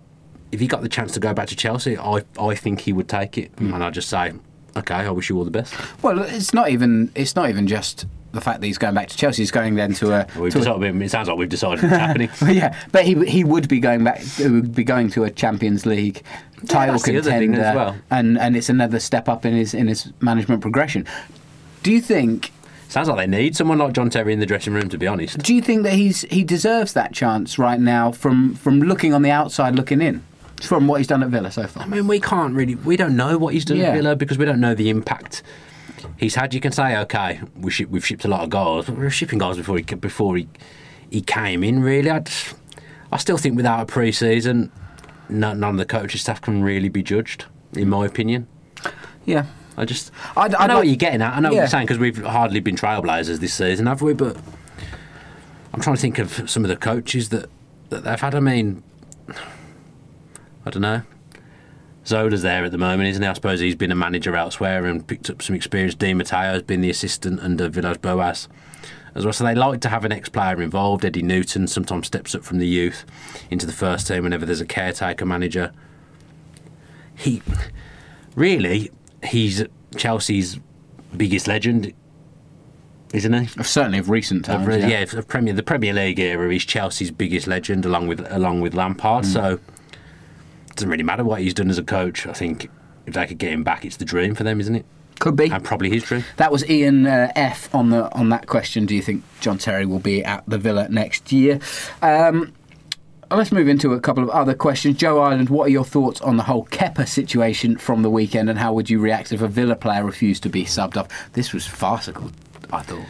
[SPEAKER 1] if he got the chance to go back to Chelsea, I I think he would take it, and I just say. Okay, I wish you all the best.
[SPEAKER 2] Well, it's not even it's not even just the fact that he's going back to Chelsea. He's going then to a
[SPEAKER 1] We've
[SPEAKER 2] to a-
[SPEAKER 1] decided, it sounds like we've decided what's happening.
[SPEAKER 2] Well, yeah, but he he would be going back. He would be going to a Champions League title
[SPEAKER 1] that's the other
[SPEAKER 2] contender,
[SPEAKER 1] thing as well.
[SPEAKER 2] and and it's another step up in his in his management progression. Do you think?
[SPEAKER 1] Sounds like they need someone like John Terry in the dressing room, to be honest.
[SPEAKER 2] Do you think that he's he deserves that chance right now from from looking on the outside looking in, from what he's done at Villa so far?
[SPEAKER 1] I mean, we can't really, we don't know what he's done
[SPEAKER 2] Yeah.
[SPEAKER 1] at Villa because we don't know the impact he's had. You can say, okay, we ship, we've shipped a lot of goals, but we were shipping goals before he ca- before he he came in. Really, I just, I still think without a pre-season, no, none of the coaching staff can really be judged, in my opinion.
[SPEAKER 2] Yeah.
[SPEAKER 1] I just, I,
[SPEAKER 2] I'd-
[SPEAKER 1] know
[SPEAKER 2] I'd like-
[SPEAKER 1] what you're getting at. I know what
[SPEAKER 2] Yeah.
[SPEAKER 1] you're saying because we've hardly been trailblazers this season, have we? But I'm trying to think of some of the coaches that, that they've had. I mean, I don't know. Zola's there at the moment, isn't he? I suppose he's been a manager elsewhere and picked up some experience. Di Matteo's been the assistant under Villas Boas as well. So they like to have an ex player involved. Eddie Newton sometimes steps up from the youth into the first team whenever there's a caretaker manager. He really, he's Chelsea's biggest legend, isn't he?
[SPEAKER 2] Certainly of recent times.
[SPEAKER 1] Of re- yeah, of Premier the Premier League era, he's Chelsea's biggest legend, along with along with Lampard. So it doesn't really matter what he's done as a coach. I think if they could get him back, it's the dream for them, isn't it?
[SPEAKER 2] Could be.
[SPEAKER 1] And probably his dream.
[SPEAKER 2] That was Ian uh, F on the on that question. Do you think John Terry will be at the Villa next year? Um, let's move into a couple of other questions. Joe Ireland, what are your thoughts on the whole Kepper situation from the weekend, and how would you react if a Villa player refused to be subbed off? This was farcical. I thought.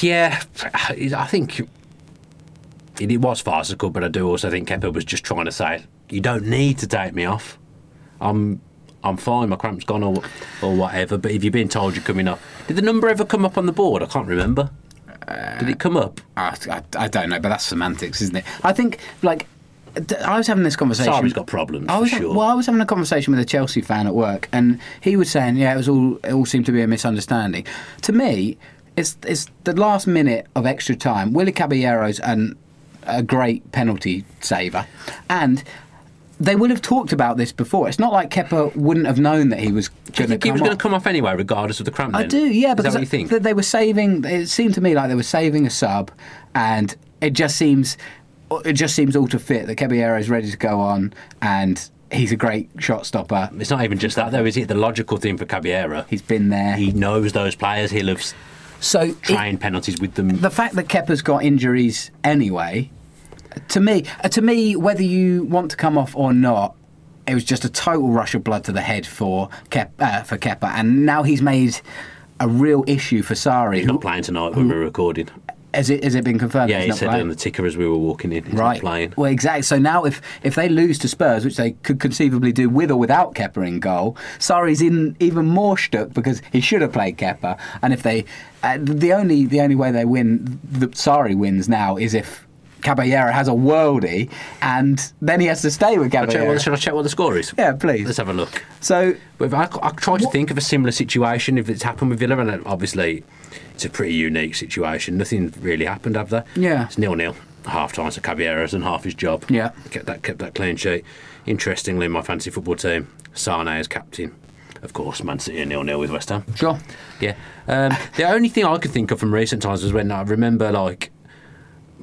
[SPEAKER 1] Yeah, I think it, it was farcical, but I do also think Kepa was just trying to say, "You don't need to take me off. I'm." I'm fine, my cramp's gone or, or whatever, but if you've been told you're coming up. Did the number ever come up on the board? I can't remember. Did it come up?
[SPEAKER 2] I, I, I don't know, but that's semantics, isn't it? I think like. d- I was having this conversation.
[SPEAKER 1] Sarri's got problems,
[SPEAKER 2] I was
[SPEAKER 1] for sure.
[SPEAKER 2] well. I was having a conversation with a Chelsea fan at work, and he was saying, "Yeah, it was all. It all seemed to be a misunderstanding." To me, it's it's the last minute of extra time. Willie Caballero's an a great penalty saver, and. They would have talked about this before. It's not like Kepper wouldn't have known that he was
[SPEAKER 1] Do
[SPEAKER 2] going
[SPEAKER 1] you think he was
[SPEAKER 2] off.
[SPEAKER 1] going to come off anyway, regardless of the cramp?
[SPEAKER 2] I
[SPEAKER 1] then?
[SPEAKER 2] do, yeah,
[SPEAKER 1] Is
[SPEAKER 2] because
[SPEAKER 1] that what you think?
[SPEAKER 2] that they were saving. It seemed to me like they were saving a sub, and it just seems, it just seems all to fit that Caballero is ready to go on, and he's a great shot stopper.
[SPEAKER 1] It's not even just that, though, is it? The logical thing for Caballero.
[SPEAKER 2] He's been there.
[SPEAKER 1] He knows those players. He loves
[SPEAKER 3] So it-
[SPEAKER 1] trying penalties with them.
[SPEAKER 3] the fact that Kepper's got injuries anyway, to me, uh, to me, whether you want to come off or not, it was just a total rush of blood to the head for Kep, uh, for Kepper, and now he's made a real issue for Sari.
[SPEAKER 1] He's
[SPEAKER 3] who-
[SPEAKER 1] not playing tonight when we're recording.
[SPEAKER 3] has it has it been confirmed?
[SPEAKER 1] Yeah,
[SPEAKER 3] he's
[SPEAKER 1] he
[SPEAKER 3] not
[SPEAKER 1] said
[SPEAKER 3] playing?
[SPEAKER 1] on the ticker as we were walking in. He's
[SPEAKER 3] Right.
[SPEAKER 1] not playing.
[SPEAKER 3] Well, exactly. So now, if if they lose to Spurs, which they could conceivably do with or without Kepper in goal, Sarri's in even more stuck because he should have played Kepper. And if they, uh, the only the only way they win, that Sarri wins now is if Caballero has a worldie, and then he has to stay with
[SPEAKER 1] I'll check
[SPEAKER 3] Caballero.
[SPEAKER 1] what, should I check what the score is?
[SPEAKER 3] Yeah, please.
[SPEAKER 1] Let's have a look.
[SPEAKER 3] So
[SPEAKER 1] But if I, I try to think of a similar situation if it's happened with Villa, and obviously it's a pretty unique situation. Nothing really happened, have there?
[SPEAKER 3] Yeah.
[SPEAKER 1] It's nil nil. Half time to Caballeros and half his job.
[SPEAKER 3] Yeah.
[SPEAKER 1] Kept that kept that clean sheet. Interestingly, my fantasy football team, Sane is captain. Of course, Man City are nil nil with West Ham.
[SPEAKER 3] sure,
[SPEAKER 1] Yeah. Um, the only thing I could think of from recent times was when I remember like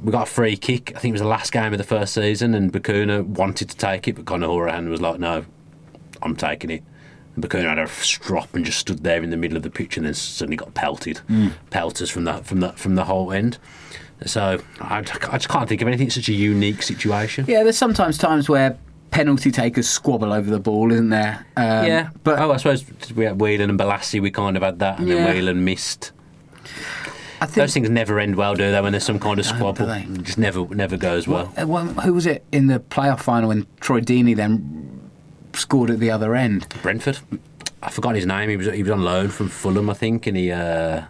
[SPEAKER 1] we got a free kick. I think it was the last game of the first season, and Bakuna wanted to take it, but Conor Horan was like, "No, I'm taking it." And Bakuna had a strop and just stood there in the middle of the pitch, and then suddenly got pelted, pelters from that from that from the whole end. So I, I just can't think of anything. It's such a unique situation.
[SPEAKER 3] yeah. There's sometimes times where penalty takers squabble over the ball, isn't there? Um,
[SPEAKER 1] yeah,
[SPEAKER 3] but-
[SPEAKER 1] but oh, I suppose we had Whelan and Balassi. We kind of had that, and
[SPEAKER 3] Yeah.
[SPEAKER 1] then Whelan missed.
[SPEAKER 3] I think
[SPEAKER 1] Those things never end well, do they? When there's some kind of squabble,
[SPEAKER 3] they?
[SPEAKER 1] It just never never goes well.
[SPEAKER 3] Uh, well, who was it in the playoff final when Troy Deeney then scored at the other end?
[SPEAKER 1] Brentford, I forgot his name. He was he was on loan from Fulham, I think, and he uh,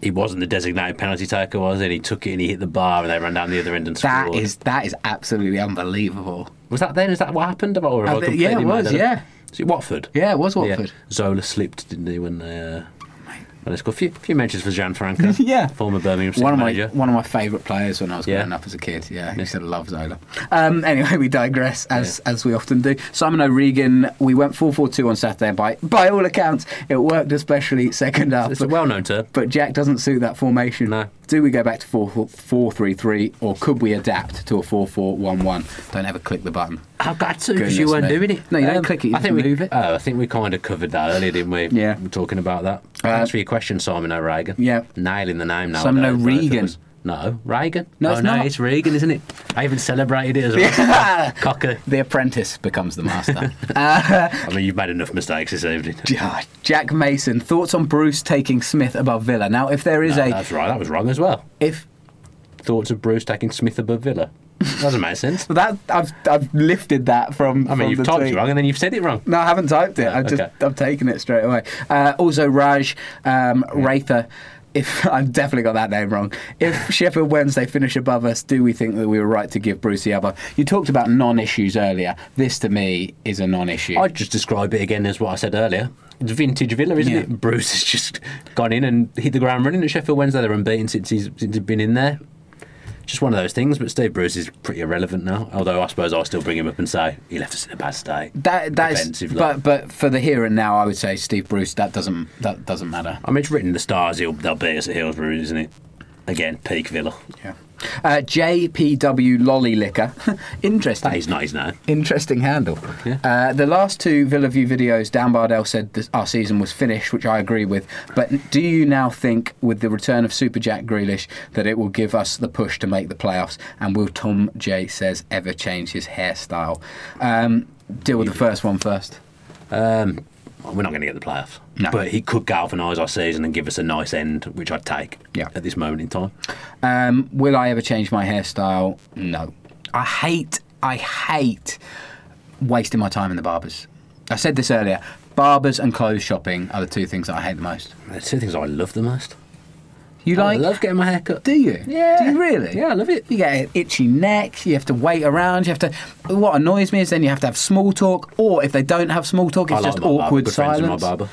[SPEAKER 1] he wasn't the designated penalty taker, was he? And he took it and he hit the bar, and they ran down the other end and
[SPEAKER 3] That
[SPEAKER 1] scored.
[SPEAKER 3] is that is absolutely unbelievable.
[SPEAKER 1] was that then? Is that what happened? Or have
[SPEAKER 3] I
[SPEAKER 1] I
[SPEAKER 3] think- yeah, it
[SPEAKER 1] completely made
[SPEAKER 3] was,
[SPEAKER 1] that up?
[SPEAKER 3] yeah.
[SPEAKER 1] Is it Watford?
[SPEAKER 3] Yeah, it was Watford.
[SPEAKER 1] Zola slipped, didn't he? When they uh, when they scored, a few, few mentions for Gianfranco,
[SPEAKER 3] Yeah.
[SPEAKER 1] former Birmingham City
[SPEAKER 3] One of my
[SPEAKER 1] manager.
[SPEAKER 3] one of my favourite players when I was
[SPEAKER 1] Yeah.
[SPEAKER 3] growing up as a kid. Yeah, he said I love Zola. Um, anyway, we digress as as we often do. Simon O'Regan, we went four four two on Saturday. and By by all accounts, it worked especially second half.
[SPEAKER 1] it's a well-known term.
[SPEAKER 3] But Jack doesn't suit that formation.
[SPEAKER 1] No.
[SPEAKER 3] Do we go back to 4 4 3 3 or could we adapt to a 4 4 1 1? Don't ever click the button.
[SPEAKER 1] I've got to because you
[SPEAKER 3] Goodness
[SPEAKER 1] weren't
[SPEAKER 3] me.
[SPEAKER 1] doing it. Um,
[SPEAKER 3] No, you don't click it, you
[SPEAKER 1] I think
[SPEAKER 3] just
[SPEAKER 1] we,
[SPEAKER 3] move it.
[SPEAKER 1] Oh, I think we kind of covered that earlier, didn't we?
[SPEAKER 3] Yeah. Uh,
[SPEAKER 1] We were talking about that. Thanks for your question, Simon O'Regan.
[SPEAKER 3] Yeah.
[SPEAKER 1] Nailing the name now.
[SPEAKER 3] Simon O'Regan.
[SPEAKER 1] No, Reagan.
[SPEAKER 3] No,
[SPEAKER 1] oh,
[SPEAKER 3] it's
[SPEAKER 1] no,
[SPEAKER 3] not.
[SPEAKER 1] it's Reagan, isn't it? I even celebrated it as well. Cocker.
[SPEAKER 3] The apprentice becomes the master.
[SPEAKER 1] I mean, you've made enough mistakes this evening.
[SPEAKER 3] Ah, Jack Mason, thoughts on Bruce taking Smith above Villa? Now, if there is a
[SPEAKER 1] That's right. That was wrong as well.
[SPEAKER 3] if
[SPEAKER 1] Thoughts of Bruce taking Smith above Villa. Doesn't make sense.
[SPEAKER 3] that I've I've lifted that from.
[SPEAKER 1] I mean, you've typed it wrong and then you've said it wrong.
[SPEAKER 3] No, I haven't typed it. I've just
[SPEAKER 1] okay.
[SPEAKER 3] I've taken it straight away. Uh, also, Raj um, Ratha. If I've definitely got that name wrong. If Sheffield Wednesday finish above us, do we think that we were right to give Bruce the other? You talked about non-issues earlier. This to me is a non-issue.
[SPEAKER 1] I'd just describe it again as what I said earlier. It's vintage Villa, isn't
[SPEAKER 3] Yeah.
[SPEAKER 1] it? Bruce has just gone in and hit the ground running at Sheffield Wednesday. They're unbeaten since he's, since he's been in there. Just one of those things, but Steve Bruce is pretty irrelevant now. Although I suppose I'll still bring him up and say he left us in a bad state.
[SPEAKER 3] that that's
[SPEAKER 1] Defensively.
[SPEAKER 3] but but for the here and now, I would say Steve Bruce. That doesn't that doesn't matter.
[SPEAKER 1] I mean, it's written in the stars. He'll, they'll beat us at Hillsborough, isn't it? Again, peak Villa.
[SPEAKER 3] Yeah. Uh, JPW Lolly Licker. Interesting.
[SPEAKER 1] That is not his name.
[SPEAKER 3] Interesting handle. Uh, the last two Villa View videos, Dan Bardell said that our season was finished, which I agree with. But do you now think, with the return of Super Jack Grealish, that it will give us the push to make the playoffs? And will Tom J says ever change his hairstyle? Um, deal with the first one first.
[SPEAKER 1] We're not going to get the playoffs.
[SPEAKER 3] No.
[SPEAKER 1] But he could galvanise our season and give us a nice end, which I'd take
[SPEAKER 3] Yeah.
[SPEAKER 1] at this moment in time.
[SPEAKER 3] Um, will I ever change my hairstyle? No. I hate, I hate wasting my time in the barbers. I said this earlier. Barbers and clothes shopping are the two things that I hate the most.
[SPEAKER 1] There's two things I love the most.
[SPEAKER 3] You like?
[SPEAKER 1] I love getting my hair cut.
[SPEAKER 3] Do you?
[SPEAKER 1] Yeah.
[SPEAKER 3] Do you really?
[SPEAKER 1] Yeah, I love it.
[SPEAKER 3] You get an itchy neck. You have to wait around. You have to. What annoys me is then you have to have small talk, or if they don't have small talk, it's
[SPEAKER 1] I like
[SPEAKER 3] just
[SPEAKER 1] my barber.
[SPEAKER 3] awkward
[SPEAKER 1] Good friends with
[SPEAKER 3] silence.
[SPEAKER 1] My barber.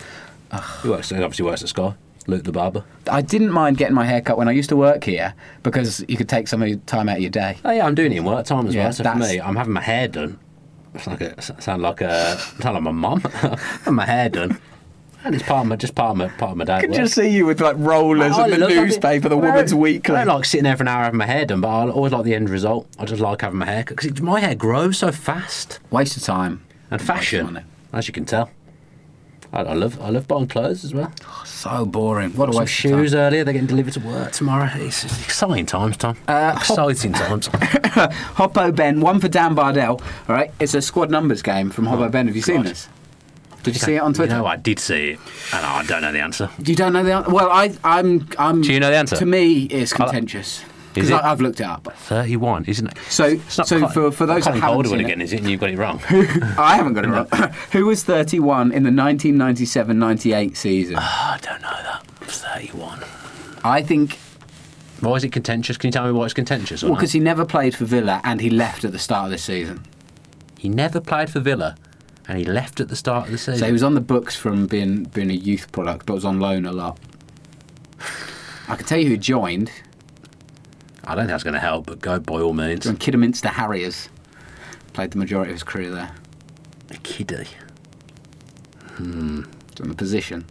[SPEAKER 1] He works. He obviously works at Sky. Luke the barber.
[SPEAKER 3] I didn't mind getting my hair cut when I used to work here because you could take some of your time out of your day.
[SPEAKER 1] Oh yeah, I'm doing it in work time as
[SPEAKER 3] Yeah,
[SPEAKER 1] well. So for
[SPEAKER 3] that's-
[SPEAKER 1] me, I'm having my hair done. It's like a, sound like a sound like my mum. having my hair done, and it's part of my just part of my part of my day. at
[SPEAKER 3] I could
[SPEAKER 1] work.
[SPEAKER 3] just see you with like rollers
[SPEAKER 1] I
[SPEAKER 3] and the
[SPEAKER 1] love having-
[SPEAKER 3] newspaper, the
[SPEAKER 1] I don't-
[SPEAKER 3] Woman's Weekly.
[SPEAKER 1] I don't like sitting there for an hour having my hair done, but I always like the end result. I just like having my hair cut because my hair grows so fast
[SPEAKER 3] Waste of time
[SPEAKER 1] and
[SPEAKER 3] Waste of money.
[SPEAKER 1] fashion, as you can tell. I, I love I love buying clothes as well.
[SPEAKER 3] So boring. What a
[SPEAKER 1] Some
[SPEAKER 3] waste of time.
[SPEAKER 1] shoes earlier. They're getting delivered to work tomorrow. It's, it's exciting times, Tom.
[SPEAKER 3] Uh,
[SPEAKER 1] exciting times.
[SPEAKER 3] Hoppo Ben, one for Dan Bardell. All right, it's a squad numbers game from Hoppo Ben. Have you seen this? Did you see it on Twitter?
[SPEAKER 1] Oh, You know, I did see it, and I don't know the answer.
[SPEAKER 3] You don't know the answer. Well, I, I'm, I'm.
[SPEAKER 1] Do you know the answer?
[SPEAKER 3] To me, it's contentious
[SPEAKER 1] Is
[SPEAKER 3] because
[SPEAKER 1] it?
[SPEAKER 3] I've looked it up.
[SPEAKER 1] Thirty-one, isn't it?
[SPEAKER 3] So-
[SPEAKER 1] It's not
[SPEAKER 3] so
[SPEAKER 1] Colin-
[SPEAKER 3] for- for those
[SPEAKER 1] Colin
[SPEAKER 3] that haven't
[SPEAKER 1] Calderwood
[SPEAKER 3] seen it-
[SPEAKER 1] again, is it? And you got it wrong.
[SPEAKER 3] I haven't got it wrong. Who was 31 in the 1997-98 season?
[SPEAKER 1] Ah, I don't know that. Thirty-one.
[SPEAKER 3] I think
[SPEAKER 1] Why is it contentious? Can you tell me why it's contentious? Or
[SPEAKER 3] well
[SPEAKER 1] not?
[SPEAKER 3] because he never played for Villa and he left at the start of this season,
[SPEAKER 1] He never played for Villa, and he left at the start of the season.
[SPEAKER 3] so he was on the books from being being a youth product, but was on loan a lot. I can tell you who joined.
[SPEAKER 1] I don't think that's going to help, but go by all means.
[SPEAKER 3] From Kidderminster Harriers, played the majority of his career there.
[SPEAKER 1] Kiddie.
[SPEAKER 3] It's on the position.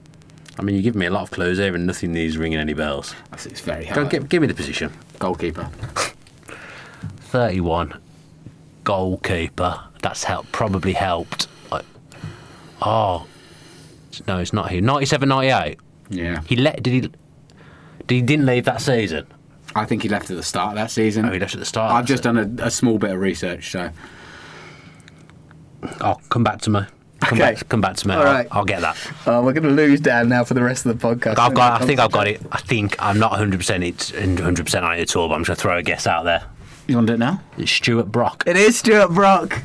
[SPEAKER 1] I mean, you give me a lot of clues here, and nothing is ringing any bells.
[SPEAKER 3] I think it's very
[SPEAKER 1] Go,
[SPEAKER 3] hard.
[SPEAKER 1] give, give me the position.
[SPEAKER 3] Goalkeeper.
[SPEAKER 1] 31 goalkeeper. That's help, probably helped. I- oh, no, it's not here. 97 98.
[SPEAKER 3] Yeah.
[SPEAKER 1] He let. Did he. Did he didn't leave that season?
[SPEAKER 3] I think he left at the start of that season.
[SPEAKER 1] Oh, he left at the start.
[SPEAKER 3] I've just done a, a small bit of research, so
[SPEAKER 1] Oh, come back to me. Come
[SPEAKER 3] Okay.
[SPEAKER 1] back, come back to me.
[SPEAKER 3] All
[SPEAKER 1] I'll,
[SPEAKER 3] right.
[SPEAKER 1] I'll get that.
[SPEAKER 3] oh, we're going to lose Dan now for the rest of the podcast.
[SPEAKER 1] I've got. I think I've got it. I think I'm not 100. percent It's 100 percent on it at all. But I'm just gonna throw a guess out there.
[SPEAKER 3] You want to do it now?
[SPEAKER 1] It's Stuart Brock.
[SPEAKER 3] It is Stuart Brock.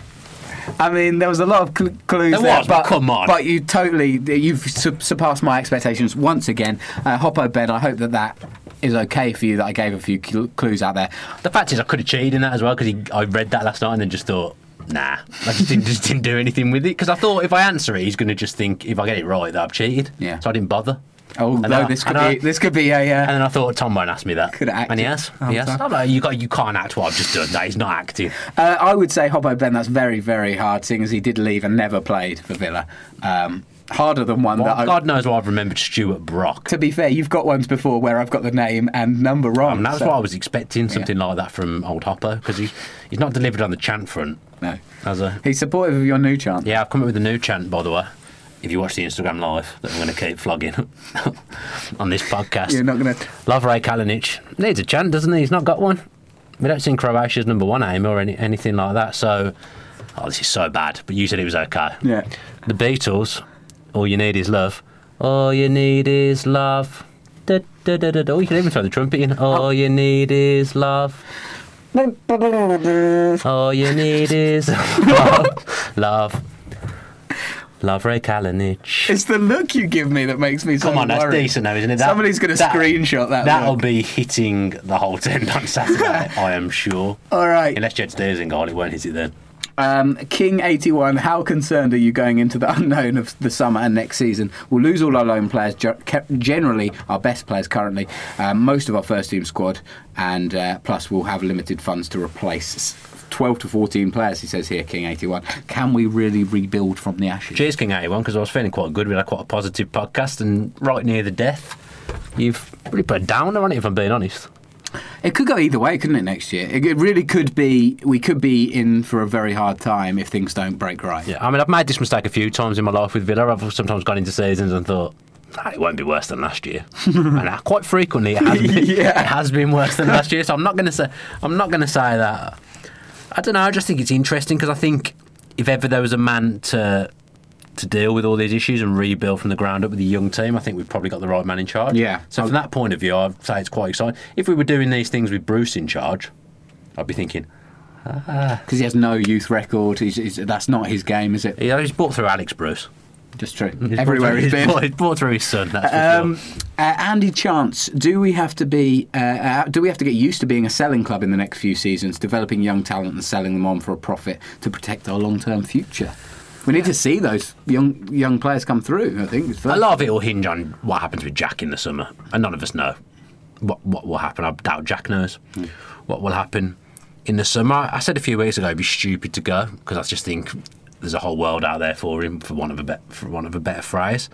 [SPEAKER 3] I mean, there was a lot of cl- clues
[SPEAKER 1] There
[SPEAKER 3] there,
[SPEAKER 1] was, but
[SPEAKER 3] but
[SPEAKER 1] come on.
[SPEAKER 3] But you totally, you've su- surpassed my expectations once again. Uh, Hoppo Ben, I hope that that is okay for you. That I gave a few cl- clues out there.
[SPEAKER 1] The fact is, I could have cheated in that as well because I read that last night and then just thought, nah, I just didn't, just didn't do anything with it because I thought if I answer it, he's going to just think if I get it right that I've cheated.
[SPEAKER 3] Yeah.
[SPEAKER 1] So I didn't bother.
[SPEAKER 3] Oh
[SPEAKER 1] And
[SPEAKER 3] no,
[SPEAKER 1] I-
[SPEAKER 3] this could
[SPEAKER 1] and I-
[SPEAKER 3] be this could be a.
[SPEAKER 1] And
[SPEAKER 3] Uh,
[SPEAKER 1] then I thought Tom won't ask me that.
[SPEAKER 3] Could have acted.
[SPEAKER 1] And he has.
[SPEAKER 3] I'm
[SPEAKER 1] He has.
[SPEAKER 3] sorry.
[SPEAKER 1] No, no, you got you can't act what I've just done. That is not acting.
[SPEAKER 3] uh, I would say Hoppo Ben. That's very very hard, seeing as he did leave and never played for Villa. Um, harder than one
[SPEAKER 1] Well,
[SPEAKER 3] that. I,
[SPEAKER 1] God knows why I've remembered Stuart Brock.
[SPEAKER 3] to be fair, you've got ones before where I've got the name and number wrong.
[SPEAKER 1] And that's
[SPEAKER 3] so-
[SPEAKER 1] what I Um, was expecting, something like that from old Hopper, because he, he's not delivered on the chant front.
[SPEAKER 3] No.
[SPEAKER 1] As a,
[SPEAKER 3] He's supportive of your new chant.
[SPEAKER 1] Yeah, I've come up with a new chant, by the way. If you watch the Instagram live, that I'm going to keep flogging on this podcast.
[SPEAKER 3] You're not going to.
[SPEAKER 1] Lovre Kalinic needs a chant, doesn't he? He's not got one. We don't see Croatia's number one aim or any, anything like that. So, oh, this is so bad. But you said it was okay.
[SPEAKER 3] Yeah.
[SPEAKER 1] The Beatles, all you need is love. All you need is love. Da, da, da, da, da. Oh, you can even throw the trumpet in. All you need is love. All you need is love. love. Love Ray Kalinic.
[SPEAKER 3] It's the look you give me that makes me so
[SPEAKER 1] Come on, that's
[SPEAKER 3] worried.
[SPEAKER 1] decent though, isn't it? That-
[SPEAKER 3] Somebody's going to
[SPEAKER 1] that-
[SPEAKER 3] screenshot that.
[SPEAKER 1] That'll
[SPEAKER 3] look.
[SPEAKER 1] be hitting the whole tent on Saturday, I am sure.
[SPEAKER 3] All right.
[SPEAKER 1] Unless Jed stays in goal, it won't hit it then.
[SPEAKER 3] Um, King eighty one. How concerned are you going into the unknown of the summer and next season? We'll lose all our loan players. ge- ke- Generally, our best players currently, um, most of our first team squad, and uh, plus we'll have limited funds to replace. s- 12 to 14 players, he says here, King 81. Can we really rebuild from the ashes?
[SPEAKER 1] Cheers, King 81, because I was feeling quite good. We had quite a positive podcast, and right near the death, you've really put a downer on it, if I'm being honest.
[SPEAKER 3] It could go either way, couldn't it, next year? It it really could be, we could be in for a very hard time if things don't break right.
[SPEAKER 1] Yeah, I mean, I've made this mistake a few times in my life with Villa. I've sometimes gone into seasons and thought, "Ah, it won't be worse than last year, and uh, quite frequently it has, been,
[SPEAKER 3] Yeah.
[SPEAKER 1] it has been worse than last year. So I'm not going to say I'm not going to say that. I don't know. I just think it's interesting because I think if ever there was a man to to deal with all these issues and rebuild from the ground up with a young team, I think we've probably got the right man in charge.
[SPEAKER 3] Yeah.
[SPEAKER 1] So from that point of view, I'd say it's quite exciting. If we were doing these things with Bruce in charge, I'd be thinking,
[SPEAKER 3] because he has no youth record. He's, he's, that's not his game, is it?
[SPEAKER 1] you know, he's brought through Alex Bruce.
[SPEAKER 3] Just true.
[SPEAKER 1] He's
[SPEAKER 3] Everywhere
[SPEAKER 1] brought,
[SPEAKER 3] Mm. he's been.
[SPEAKER 1] Brought, he's brought through his son. That's for
[SPEAKER 3] Um,
[SPEAKER 1] sure.
[SPEAKER 3] uh, Andy Chance, do we have to be? Uh, uh, do we have to get used to being a selling club in the next few seasons, developing young talent and selling them on for a profit to protect our long-term future? We need to see those young young players come through. I think is
[SPEAKER 1] A
[SPEAKER 3] first.
[SPEAKER 1] lot of it will hinge on what happens with Jack in the summer, and none of us know what what will happen. I doubt Jack knows
[SPEAKER 3] Hmm.
[SPEAKER 1] what will happen in the summer. I said a few weeks ago it'd be stupid to go because I just think there's a whole world out there for him, for one of a bet for one of a better phrase.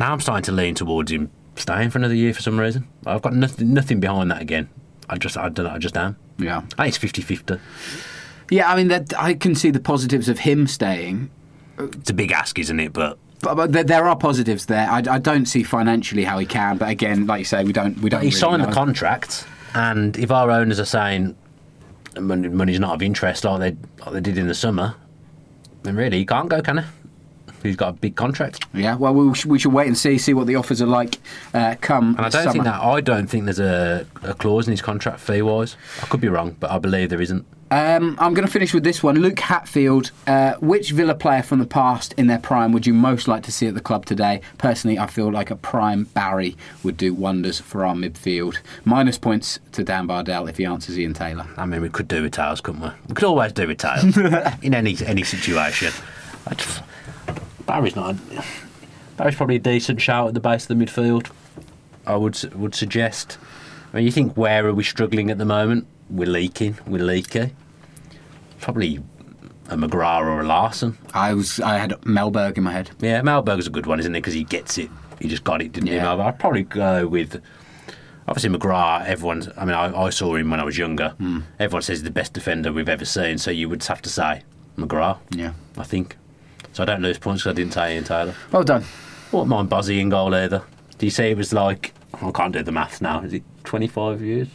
[SPEAKER 1] Now I'm starting to lean towards him staying for another year for some reason. I've got nothing nothing behind that again. I just I don't know, I just am.
[SPEAKER 3] Yeah,
[SPEAKER 1] I think it's 50-50.
[SPEAKER 3] yeah. I mean, that, I can see the positives of him staying.
[SPEAKER 1] It's a big ask, isn't it? But
[SPEAKER 2] But, but there, there are positives there. I, I don't see financially how he can, but again, like you say, we don't we don't.
[SPEAKER 1] He
[SPEAKER 2] really
[SPEAKER 1] signed
[SPEAKER 2] know.
[SPEAKER 1] the contract, and if our owners are saying money, money's not of interest like they like they did in the summer, then really he can't go, can he? He's got a big contract,
[SPEAKER 2] Yeah, well, we should, we should wait and see see what the offers are like uh, come.
[SPEAKER 1] and I
[SPEAKER 2] this
[SPEAKER 1] don't
[SPEAKER 2] summer.
[SPEAKER 1] think that I don't think there's a, a clause in his contract fee wise. I could be wrong, but I believe there isn't.
[SPEAKER 2] Um, I'm going to finish with this one. Luke Hatfield, uh, which Villa player from the past in their prime would you most like to see at the club today? Personally, I feel like a prime Barry would do wonders for our midfield. Minus points to Dan Bardell if he answers Ian Taylor.
[SPEAKER 1] I mean, we could do with tails, couldn't we? We could always do with tails in any any situation. I just- Barry's not. a- Barry's probably a decent shout at the base of the midfield. I would s- would suggest. I mean, you think where are we struggling at the moment? We're leaking. We're leaky. Probably a McGrath or a Larson.
[SPEAKER 2] I was I had Melberg in my head.
[SPEAKER 1] Yeah, Malberg's a good one, isn't it? Because he gets it. He just got it, didn't he?
[SPEAKER 2] Yeah.
[SPEAKER 1] Malberg? I'd probably go with. Obviously, McGrath, everyone's. I mean, I, I saw him when I was younger.
[SPEAKER 2] Hmm.
[SPEAKER 1] Everyone says he's the best defender we've ever seen, so you would have to say McGrath,
[SPEAKER 2] Yeah.
[SPEAKER 1] I think. So I don't lose points because I didn't say Ian Taylor.
[SPEAKER 2] Well done.
[SPEAKER 1] I wouldn't mind Bozzy in goal either. Do you say it was like. I can't do the maths now. Is it 25 years?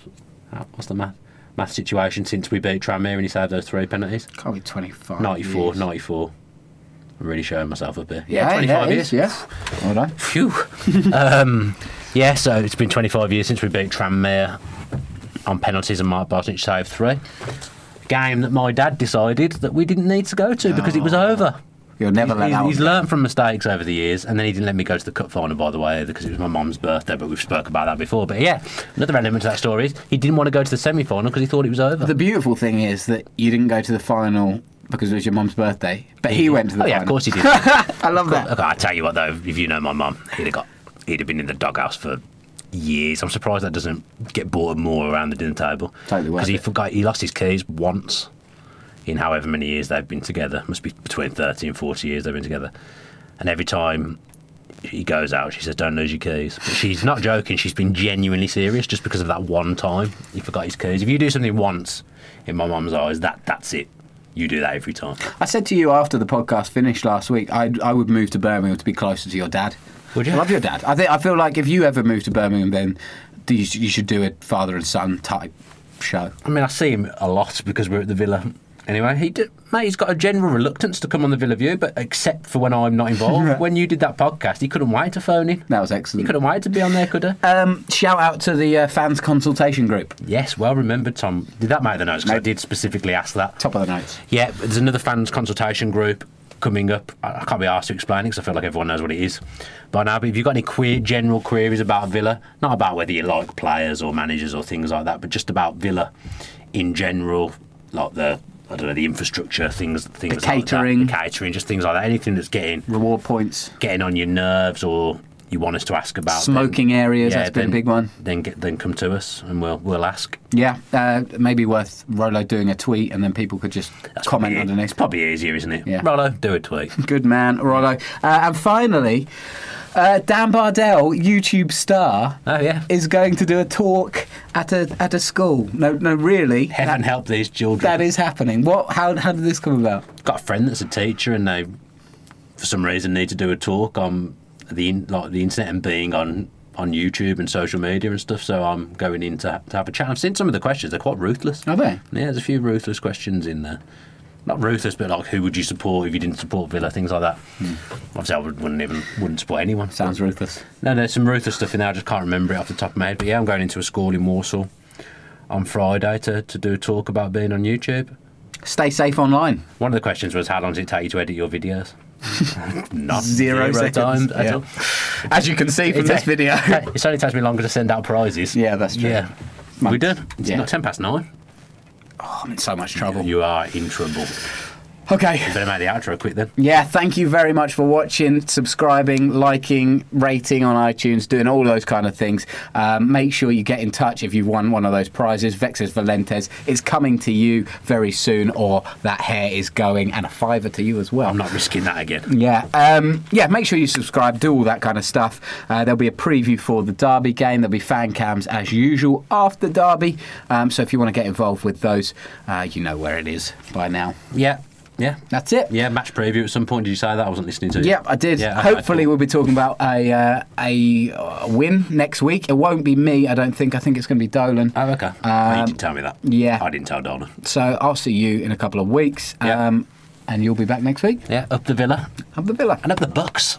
[SPEAKER 1] Uh, What's the math? Math situation since we beat Tranmere and he saved those three penalties?
[SPEAKER 2] Can't be 25.
[SPEAKER 1] 94,
[SPEAKER 2] years.
[SPEAKER 1] 94. I'm really showing myself up here.
[SPEAKER 2] Yeah,
[SPEAKER 1] 25
[SPEAKER 2] yeah, it
[SPEAKER 1] years.
[SPEAKER 2] is, yeah. Well done.
[SPEAKER 1] Phew. um, yeah, so it's been 25 years since we beat Tranmere on penalties and Mark Bosnich saved three. Game that my dad decided that we didn't need to go to because it was over.
[SPEAKER 2] You'll Oh. never let
[SPEAKER 1] He's,
[SPEAKER 2] that
[SPEAKER 1] he's
[SPEAKER 2] one-
[SPEAKER 1] learnt from mistakes over the years, and then he didn't let me go to the cup final, by the way, because it was my mum's birthday. But we've spoke about that before. But yeah, another element to that story is he didn't want to go to the semi final because he thought it was over.
[SPEAKER 2] The beautiful thing is that you didn't go to the final because it was your mum's birthday, but he went to the
[SPEAKER 1] oh,
[SPEAKER 2] final.
[SPEAKER 1] yeah, of course he did.
[SPEAKER 2] I love that.
[SPEAKER 1] Okay, I tell you what though, if you know my mum, he'd have got, he'd have been in the doghouse for years. I'm surprised that doesn't get bored more around the dinner table.
[SPEAKER 2] Totally worth
[SPEAKER 1] Because he
[SPEAKER 2] it.
[SPEAKER 1] forgot, he lost his keys once in however many years they've been together. Must be between 30 and 40 years they've been together. And every time he goes out, she says, "Don't lose your keys." But she's not joking. She's been genuinely serious just because of that one time he forgot his keys. If you do something once, in my mum's eyes, that that's it. You do that every time.
[SPEAKER 2] I said to you after the podcast finished last week, I, I would move to Birmingham to be closer to your dad.
[SPEAKER 1] Would you?
[SPEAKER 2] I love your dad. I think I feel like if you ever move to Birmingham, then you, sh- you should do a father and son type show.
[SPEAKER 1] I mean, I see him a lot because we're at the villa. Anyway, he did, mate, he's got a general reluctance to come on the Villa View, but except for when I'm not involved. when you did that podcast, he couldn't wait to phone in.
[SPEAKER 2] That was
[SPEAKER 1] He
[SPEAKER 2] excellent.
[SPEAKER 1] couldn't wait to be on there, could he?
[SPEAKER 2] Um, shout out to the uh, fans consultation group.
[SPEAKER 1] yes, well remembered, Tom. Did that make the notes? 'Cause I
[SPEAKER 2] Mate.
[SPEAKER 1] did specifically ask that.
[SPEAKER 2] Top of the notes.
[SPEAKER 1] Yeah, but there's another fans consultation group coming up. I I can't be asked to explain it because I feel like everyone knows what it is by now. But if you've got any queer general queries about Villa, not about whether you like players or managers or things like that, but just about Villa in general, like the I don't know the infrastructure things, things like that,
[SPEAKER 2] catering.
[SPEAKER 1] the catering, just things like that. Anything that's getting
[SPEAKER 2] Reward points.
[SPEAKER 1] getting on your nerves or you want us to ask about then-
[SPEAKER 2] Smoking areas, that's been a
[SPEAKER 1] then-
[SPEAKER 2] big one.
[SPEAKER 1] Then get, then come to us and we'll we'll ask.
[SPEAKER 2] Yeah, uh, maybe worth Rolo doing a tweet and then people could just comment
[SPEAKER 1] probably,
[SPEAKER 2] underneath.
[SPEAKER 1] It's probably easier, isn't it?
[SPEAKER 2] Yeah.
[SPEAKER 1] Rollo, do a tweet.
[SPEAKER 2] Good man, Rollo. Uh, and finally, uh, Dan Bardell, YouTube star,
[SPEAKER 1] Oh, yeah.
[SPEAKER 2] is going to do a talk at a at a school. No, no, really,
[SPEAKER 1] Heaven
[SPEAKER 2] that,
[SPEAKER 1] help these children.
[SPEAKER 2] that is happening. What? How? How did this come about?
[SPEAKER 1] got a friend that's a teacher and they for some reason need to do a talk on the in- like the internet and being on on YouTube and social media and stuff. So I'm going in to, to have a chat. I've seen some of the questions; they're quite ruthless.
[SPEAKER 2] Are they?
[SPEAKER 1] Yeah, there's a few ruthless questions in there. Not ruthless, but like who would you support if you didn't support Villa, things like that.
[SPEAKER 2] Hmm.
[SPEAKER 1] Obviously, I would, wouldn't even wouldn't support anyone.
[SPEAKER 2] Sounds ruthless.
[SPEAKER 1] No, there's some ruthless stuff in there. I just can't remember it off the top of my head. But yeah, I'm going into a school in Warsaw on Friday to, to do a talk about being on YouTube.
[SPEAKER 2] Stay safe online.
[SPEAKER 1] One of the questions was, how long does it take you to edit your videos? Not
[SPEAKER 2] Zero seconds.
[SPEAKER 1] times at
[SPEAKER 2] Yeah.
[SPEAKER 1] all.
[SPEAKER 2] As you can see from
[SPEAKER 1] It ta- It only takes me longer to send out prizes.
[SPEAKER 2] Yeah, that's true.
[SPEAKER 1] Yeah.
[SPEAKER 2] Months.
[SPEAKER 1] We done. It's
[SPEAKER 2] Yeah. Oh,
[SPEAKER 1] not ten past nine.
[SPEAKER 2] I'm in so much trouble.
[SPEAKER 1] You are in trouble.
[SPEAKER 2] Okay.
[SPEAKER 1] Better make the outro quick then.
[SPEAKER 2] Yeah, Uh, thank you very much for watching, subscribing, liking, rating on iTunes, doing all those kind of things. Um, make sure you get in touch if you've won one of those prizes. Vexes Valentes is coming to you very soon, or that hair is going, and a fiver to you as well.
[SPEAKER 1] I'm not risking that again.
[SPEAKER 2] Yeah, um, yeah. Make sure you subscribe, do all that kind of stuff. Uh, there'll be a preview for the Derby game. There'll be fan cams as usual after Derby. Um, so if you want to get involved with those, uh, you know where it is by now.
[SPEAKER 1] Yeah. Yeah.
[SPEAKER 2] That's it.
[SPEAKER 1] Yeah, match preview at some point. Did you say that? I wasn't listening to you.
[SPEAKER 2] Yep, I did.
[SPEAKER 1] Yeah, I- I
[SPEAKER 2] Hopefully, we'll be talking about a uh, a uh, win next week. It won't be me, I don't think. I think it's going to be Dolan.
[SPEAKER 1] Oh, okay. Oh, you didn't tell me that.
[SPEAKER 2] Um, yeah.
[SPEAKER 1] I didn't tell Dolan.
[SPEAKER 2] So I'll see you in a couple of weeks,
[SPEAKER 1] Yeah.
[SPEAKER 2] um, and you'll be back next week.
[SPEAKER 1] Yeah, up the villa
[SPEAKER 2] Have the villa.
[SPEAKER 1] and up the Bucks.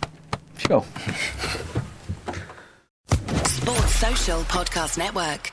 [SPEAKER 2] Sure.
[SPEAKER 4] Sports Social Podcast Network.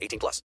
[SPEAKER 4] 18 plus.